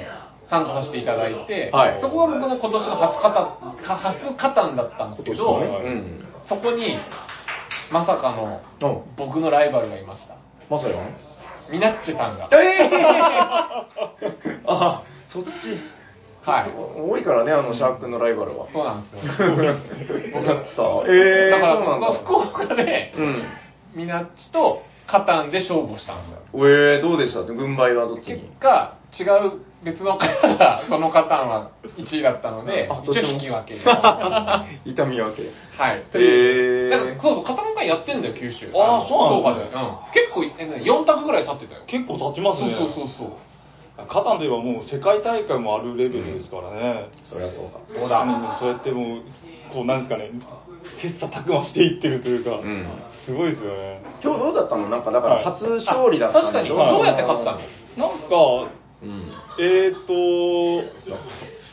A: 参加させていただいて、
B: はい
A: そこが僕の今年の初カタンか初カタンだったんですけど、
B: 今年のねうん
A: そこにまさかの
B: うん
A: 僕のライバルがいました
B: まさやん
A: ミナッチさんが
B: ええあそっち
A: はい
B: 多いからねあのシャーク君のライバルは
A: そうなんですよ
B: 僕だってさええ
A: だから、
B: そうなん
A: ま
B: だ
A: あ、福岡で、
B: うん
A: ミナッチとカタンで勝負をしたんですよ。
B: ええどうでした軍配はどっち
A: 結
B: に
A: 果、違う別の方が、そのカタンは1位だったので
B: あ、
A: 一
B: ど
A: 応
B: っちも
A: 引き分け。は
B: 痛み分け
A: い。という
B: へー
A: だからそうそう、カタン会やってんだよ、九州。
C: あー
A: の
C: そうなんだ
A: 福岡で。うん。結構、えね4択ぐらい立ってたよ。
C: 結構経ちますね
A: そうそうそうそう。
C: カタンといえばもう世界大会もあるレベルですからね。
B: そりゃそうだ。
C: そうだ。そうやってもう、こうなんですかね、切磋琢磨していってるというか、
B: ん
C: すごいですよね。
B: 今日どうだったのなんかだか
C: はい
B: ら初勝利だったん
A: 確か
B: で
A: に
B: し
A: ど
B: ょ
A: うやって勝ったの
C: なんか、
B: うん。
C: えー、と、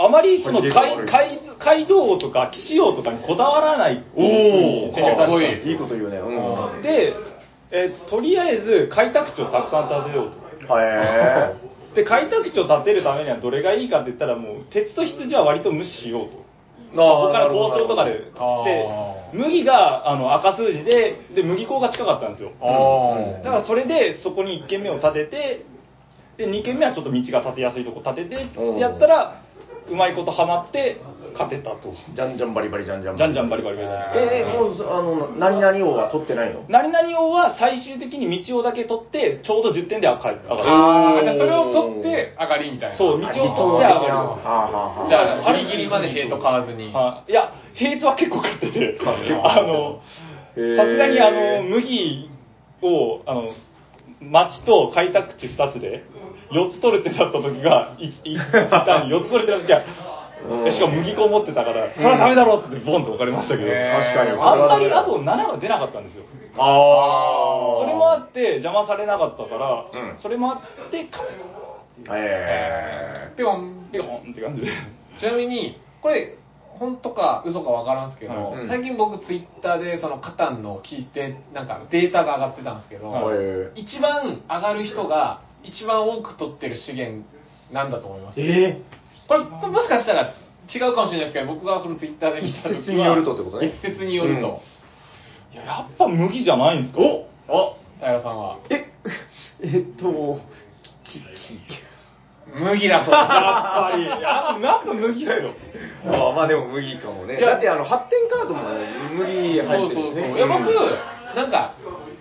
C: あまりその街街街道王とか騎士王とかにこだわらないっていう
B: おー
C: 戦略だったんです
B: いいこと言うね。うん。
C: で、えーとりあえず開拓地をたくさん建てようと。
B: へえ。
C: で、開拓地を建てるためにはどれがいいかって言ったら、もう鉄と羊は割と無視しようと。まあ他の包丁とかで。で
A: あ、ー
C: 麦があの赤数字で、で、麦粉が近かったんですよ。
A: あ
C: だ
A: あ。
C: からそれでそこに1軒目を建ててで2軒目はちょっと道が建てやすいとこ建てて
B: うん
C: やったらうまいことハマって勝てたと
B: じゃんじゃんバリバリじゃんじゃん。
C: じゃんじゃんバリバリバリバリ
B: えー、もう、あの、何々王は取ってないの
C: 何々王は最終的に道をだけ取ってちょうど10点で赤い上がる
A: ああ、じゃあそれを取って、上がりみたいな。
C: そう道を取って上
B: は
C: がる
B: あはあ
A: じゃあ、ギリギリまでヘイト買わずに。
C: はいいやヘイトは結構勝ってて
B: あ結構
C: あ
B: 勝ってた
C: の
B: へー
C: さすがにあの麦をあの町と開拓地2つで4つ取れてなった時がいい4つ取れてなった時は
B: うん
C: しかも麦粉を持ってたから、それはダメだろうって言ってボンと置かれましたけど、
A: へ
B: 確かに。
C: あんまりあと7が出なかったんですよ。
B: ああ。
C: それもあって邪魔されなかったから、
B: うん
C: それもあって勝て
B: え
A: ピョン。
C: た。ビョンって感じで。
A: ちなみに、これ、本当か嘘かわからんすけど、
C: はい
B: うん
A: 最近僕ツイッターでそのカタンの聞いて、なんかデータが上がってたんですけど、
B: ー。
C: はい
B: え
A: 一番上がる人が一番多く取ってる資源なんだと思います。
B: え
A: これ、これもしかしたら違うかもしれないですけど、僕がそのツイッターで見た時は
B: 一説によるとってことね
A: 一説によると。
C: いややっぱ麦じゃないんですか
B: お
A: お、平さんは。
B: え、 えっと、き、き、
A: 麦だそう
C: やっぱり、やっぱやっぱ麦です よ。
B: ああ、まあでも麦かもね。
A: いや
B: だってあの、発展カードも麦入
A: そ
B: っ
A: う
B: て
A: そ
B: る
A: う
B: し
A: そ
B: ね。
A: う。いや、僕、
B: うん
A: なんか、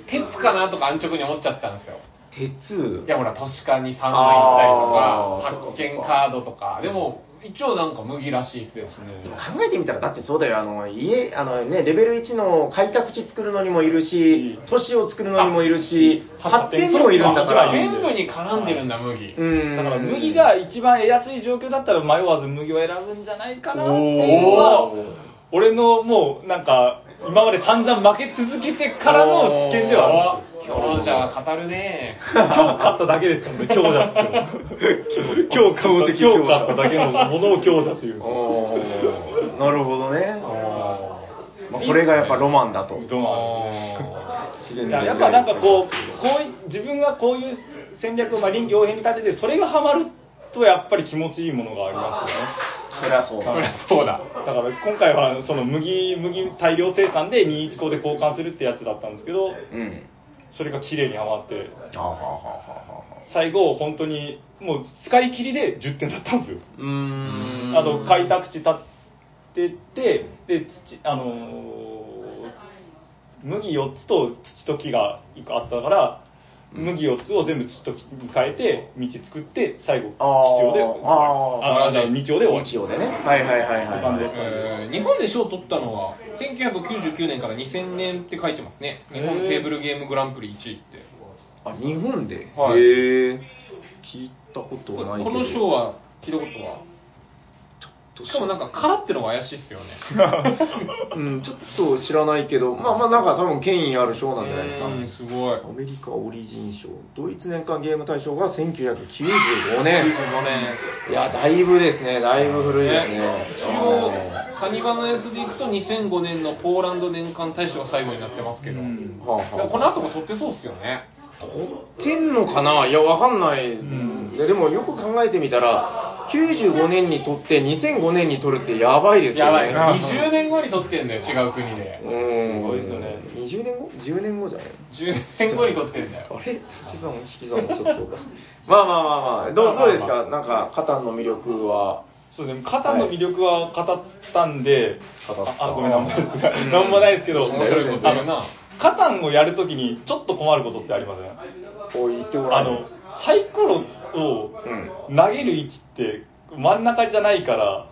A: 鉄かなとか安直に思っちゃったんですよ。
B: 鉄
A: いや、ほら、都市間に3万行ったりと
B: あー
A: か、発見カードとか、でも、一応なんか麦らしいですよ。
B: 考えてみたら、だってそうだよ、あの、家、あのね、レベル1の開拓地作るのにもいるし、都市を作るのにもいるし、
C: あ
B: 発展にもいるんだか
C: あ
B: ら。
C: そっか
A: 全部に絡んでるんだ、麦。
B: うん。
C: だから麦が一番得やすい状況だったら迷わず麦を選ぶんじゃないかなっていうのは
B: おー
C: 俺のもうなんか今まで散々負け続けてからの知見ではあるんですよ
A: 強者は語るね。
C: 今日勝っただけですから ね強者っつっても今日勝った今日勝っただけのものを強者っていうんですよ
B: おーなるほどね。まあ、
A: いい
B: これがやっぱロマンだと。
C: どうも
B: 資源
C: いや
B: の
C: やっぱなんかこうこうい自分がこういう戦略をまあ臨機応変に立ててそれがハマるとやっぱり気持ちいいものがありますよね
B: そりゃそう だ。
A: そりゃそうだ。
C: だから今回はその麦麦大量生産で21個で交換するってやつだったんですけど
B: うん。
C: それが綺麗にはまって
B: あははははは。
C: 最後本当にもう使い切りで10点だったんですよ
A: うーん
C: あの開拓地立っててで土あのー麦4つと土と木が1個あったから麦4つを全部土と木に変えて道作って最後
B: あ
C: 必
B: ー
C: 要で
B: あー
C: あのあの道をで終わ
B: 日曜
C: る
B: でね。はいはいはい
C: って感じだっ
B: は
C: た
A: え
C: んで
A: ー日本で賞を取ったのは1999年から2000年って書いてますね日本テーブルゲームグランプリ1位って
B: い。あ、日本で。
A: はい
B: へえ。聞いたこと
A: こ
B: ないけど。
A: の賞は聞いたことはしかもなんか空ってのが怪しいっすよね
B: うん、ちょっと知らないけど、まあまあなんか多分権威ある賞なんじゃないですか。
A: うんすごい
B: アメリカオリジン賞、ドイツ年間ゲーム大賞が1995
A: 95
B: 年。
A: 年
B: いや、だいぶですね、だいぶ古いですね。
A: 一応カニバのやつでいくと2005年のポーランド年間大賞が最後になってますけど、
C: うん
B: はあ
A: いや
B: はあ
A: この後も取ってそうっすよね
B: 取ってんのかないや、わかんない、
C: ん
B: いやでもよく考えてみたら、95年に取って、2005年に取るってやばいですよ
A: や
B: ね。
A: ばい
B: な
A: 20年後に取ってんだよ違う国で
B: うん。
C: すごいですよね
B: 20年後 ?10 年後じゃない
A: 10年後に取ってんだよ
B: あれ足し算、引き算もちょっと。まあまあまあまあ、どうどうですか、なんか、カタンの魅力は。
C: そうですね、カタンの魅力は語ったんで、
B: 語った
C: ああごめんなさ
B: うん
C: い、 なんもないですけど、
B: 面白いこと
A: 言うな
C: あのカタンをやるときにちょっと困ることってありません
B: おい、言ってごら
C: あ
B: ん
C: の
B: よ。
C: サイコロを投げる位置って真ん中じゃないから、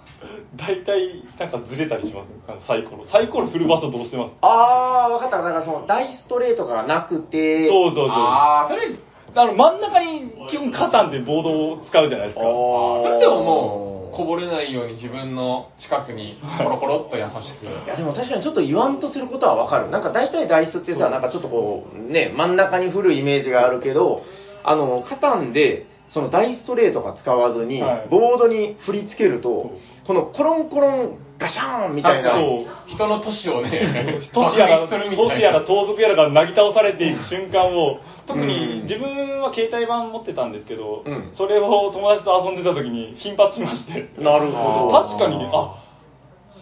C: 大体なんかずれたりします、なんかサイコロ、サイコロ振る場所どうしてます
B: あー、わかった。だからその、ダイストレートがなくて、
C: そうそうそう。
A: ああそれ
C: あの真ん中に基本カタンでボードを使うじゃないですか。
B: あー
A: それでももうこぼれないように自分の近くにコロコロっと優し
B: いやでも確かにちょっと言わんとすることはわかる。なんか大体ダイスってさ、なんかちょっとこう、ね、真ん中に振るイメージがあるけど、あの、カタンで、そのダイストレーとか使わずに、
C: はい
B: ボードに振り付けると、このコロンコロン、ガシャーンみたいな、
C: そう
A: く人の都市を ね
C: 都市やら、
A: 爆撃するみたいな
C: 都市やら盗賊やらがなぎ倒されていく瞬間を、特
B: うん
C: に自分は携帯版持ってたんですけど、
B: うん
C: それを友達と遊んでた時に頻発しまして。
B: なるほど。
C: 確かに、あ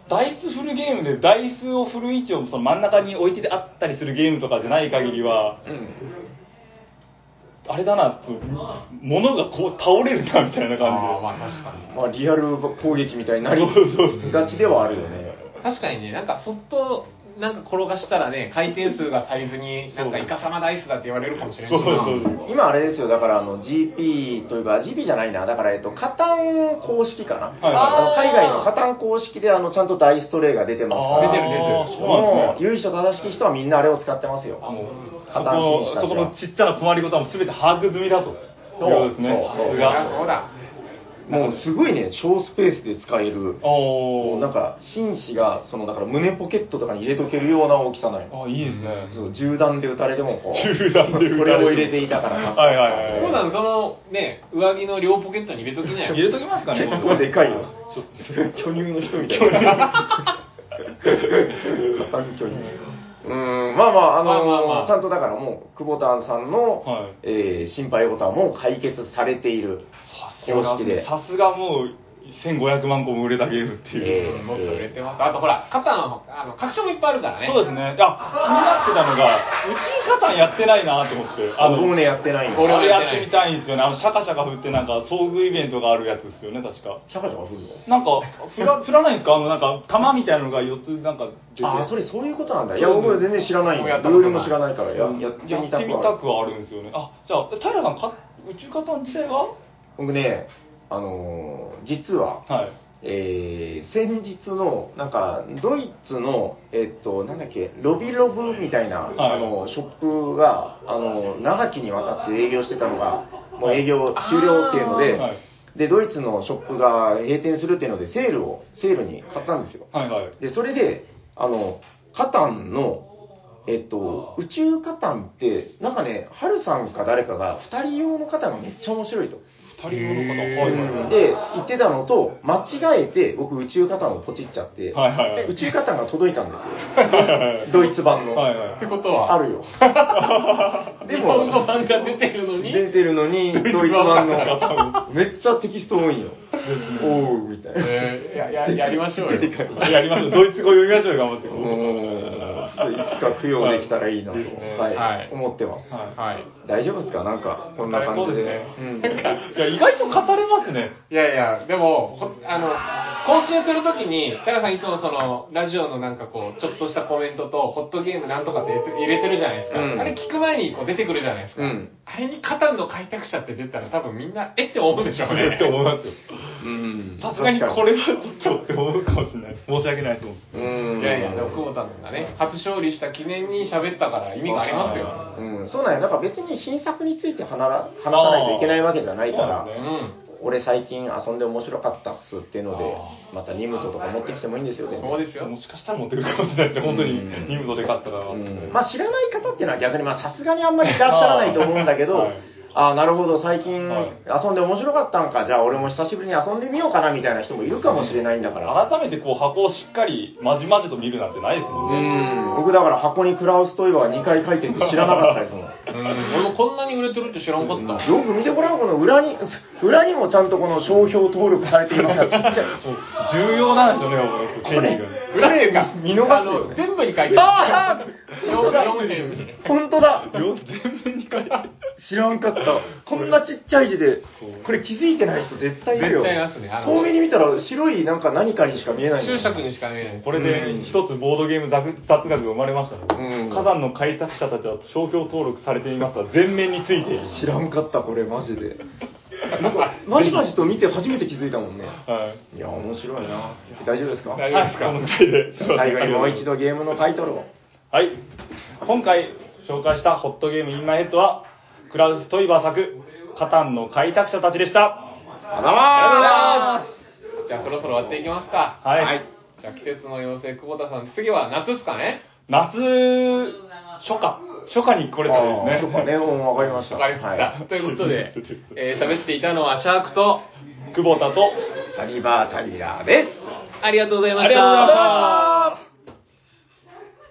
C: ダイス振るゲームでダイスを振る位置をその真ん中に置いてあったりするゲームとかじゃない限りは、
B: うん。
C: あれだな、そう物がこう倒れるなみたいな
A: あー
C: 感
A: まあ確かに
B: まあ、リアル攻撃みたいになりがちではあるよね。
A: 確かにね、なんかそっとなんか転がしたらね、回転数が足りずに、なんかイカサマダイスだって言われるかもしれ
C: じで。
A: ない
C: そ
A: し
C: うそうそう
B: 今あれですよ、だからあの GP というか、GP じゃないな、だから、えっと、カタン公式かな、
C: はい
B: あの
A: あー
B: 海外のカタン公式であのちゃんとダイストレイが出てますから、
A: 出てる出てる
C: あーそうなん
B: も
C: です
B: う
C: ね。
B: 由緒正しき人はみんなあれを使ってますよ。
C: あもう
B: 加担紳士
C: そこ
B: たちは
C: のそこのちっちゃな困りごとはもう全て把握済みだと。
B: そう
C: いうことですね。
B: そ
C: さ
B: う
C: す
A: あそう
C: が。
A: だ。
B: もうすごいね、小スペースで使える、
C: お
B: も
C: お。
B: うなんか、紳士がそのだから胸ポケットとかに入れとけるような大きさなんよ
C: あいいですね。
B: そう銃弾で撃たれても こう、
C: 銃弾で撃たれても
B: これを入れていたから、
C: はいはいはい
A: そうだ、そのね、上着の両ポケットに入れときなよ。
C: 入れときますかね。
B: 結構でかいよ。巨乳の人みたいな。肩に巨乳。うーん、まあまあ、あの
A: まあまあまあ
B: ちゃんとだからもう、久保田さんの、
C: はい
B: えー心配事はもう解決されている。公式で。
C: さすがもう1500万個も売れたゲームっていう、
B: えー
A: もっと売れてます。あとほら、カタンはあの拡張もいっぱいあるからね。
C: そうですねあ気になってたのが宇宙カタンやってないなと思って
B: あ
C: あ
B: の、僕も
C: の
B: ね、やってない
A: 俺
B: よ。
C: あ
A: は
C: れ
A: やって
C: や
A: ない
C: ってみたいんですよねあのシャカシャカ振ってなんか遭遇イベントがあるやつですよね確か
B: シャカシャカ振る
C: な
B: の
C: んか振 ら振らないんですかあのなんか玉みたいなのが4つなんか出て
B: ああ、それそういうことなんだ。いや、
C: そうそう
B: 僕全然知らないよ。
A: もう
B: ル
A: やった
B: ー
A: こと
B: ル
A: ない
B: も知らないから、ややって
C: や
B: みた
C: って
B: く
C: み
B: はあ
C: た
B: る
C: くはあるんですよねあじゃあ平さんか宇宙カタン自体は
B: 僕ね、あのー実は、
C: はい
B: えー先日の、なんか、ドイツの、えっと、なんだっけ、ロビロブみたいな、
C: はい
B: あの、ショップが、あの、長きにわたって営業してたのが、もう営業終了っていうので、
C: あーはい
B: で、ドイツのショップが閉店するっていうので、セールを、セールに買ったんですよ。
C: はいはい
B: で、それで、あの、カタンの、えっと、宇宙カタンって、なんかね、ハルさんか誰かが、二人用のカタンがめっちゃ面白いと。
C: 2人用の方はいはいはい
B: で、言ってたのと、間違えて、僕、宇宙カタンをポチっちゃって、
C: はいはいはい
B: 宇宙カタンが届いたんですよ。
C: はい
B: ドイツ版の。
C: はいはい
A: ってことは、
B: あ るよ。で
A: 日本語
B: も、
A: 版が出てるのに、
B: 出てるのに、ドイツ版
C: ドイツ版
B: の。めっちゃテキスト多いよ。おう、みたいな。
A: えーやややりましょうよ。
B: でかい。
C: やりましょう。ドイツ語読みましょうよ、頑張って。
B: うん。いつか供養できたらいいなと、
C: ですね
B: はい
A: はい
B: 思ってます。
C: は
A: はい。
B: 大丈夫ですかなんか、こんな感じで。
C: い。いや、意外と語れますね。
A: いやいや、でも、ほあの、更新するときに、キャラさんいつもその、ラジオのなんかこう、ちょっとしたコメントと、ホットゲームなんとかって入れてるじゃないですか。
B: うん
A: あれ聞く前にこう出てくるじゃないですか。
B: うん
A: あれにカタンの開拓者って出たら多分みんな、 えって思うんでしょうね。
C: って思いますよ。
B: うん。
C: さすがに
B: 確
C: これはちょっとって思うかもしれないです。申し訳ないですもん。
B: うん。
A: いやいや、でも久保田君がね、初勝利した記念に喋ったから意味がありますよ。
B: うん、そうなんや。なんか別に新作について話ら話さないといけないわけじゃないから、
C: あーそううで
A: ん。
B: 俺最近遊んで面白かったっすっていうので、またニムトとか持ってきてもいいんですよ、で
A: そうですよ。
C: もしかしたら持ってくるかもしれないですね。本当に
B: うん、
C: ニムトで勝ったら。
B: うんまあ知らない方っていうのは逆に、まあさすがにあんまりいらっしゃらないと思うんだけど、
C: はい
B: ああ、なるほど、最近
C: はい
B: 遊んで面白かったんか、じゃあ俺も久しぶりに遊んでみようかなみたいな人もいるかもしれないんだから。
C: 改めてこう箱をしっかりまじまじと見るなんてないですも
B: うん
C: ね。
B: ん、僕だから箱にクラウス・トイバー2回書いてるって知らなかったですもん。
A: うん。俺もこんなに売れてるって知らんかった。
B: よく見てごらん、この裏に、 裏にもちゃんとこの商標登録されていますから、ちっちゃい。
C: もう重要なんですよね、こ
B: これ
A: 裏面が
B: 見逃す
A: あ
B: よ
A: の
B: ね
A: 全部に書いてる。
B: ああ
A: 4点ですね。
B: 本当だ
C: 全面に書いてある。
B: 知らんかった。こんなちっちゃい字で、これ気づいてない人絶対いるよ。
A: 絶対いますねあの
B: 遠目に見たら白いなんか何かにしか見えないんだよ
A: 注釈にしか見えない。
C: これで一つボードゲーム雑雑学が生まれましたね、
B: うん
C: 火山の開拓者たちは商標登録されていますが全面についている、
B: 知らんかった、これマジで。なんか、まじまじと見て初めて気づいたもんね。
C: はい
B: いや、面白いな。大丈夫ですか
A: 大丈夫です
C: はい、このぐらいで。
B: 最後にもう一
C: 度。
B: 度ゲームのタイトルを。
C: はい。今回紹介したホットゲームインマイヘッドは、クラウス・トイバー作、カタンの開拓者たちでした。
B: あ
G: あ
B: らま
A: じゃあそろそろ終わっていきますか。
C: はい
A: じゃあ季節の妖精、久保田さん、次は夏っすかね
C: 夏、初夏、初夏に来れたんです
B: そうか
C: ね。
B: ね、うんわかりました。
A: わかりました。
B: はい
A: ということ で、えー、喋っていたのはシャークと、
C: 久保田と、
B: サニバータイラーです。
A: ありがとうございました。
C: ありがとうございました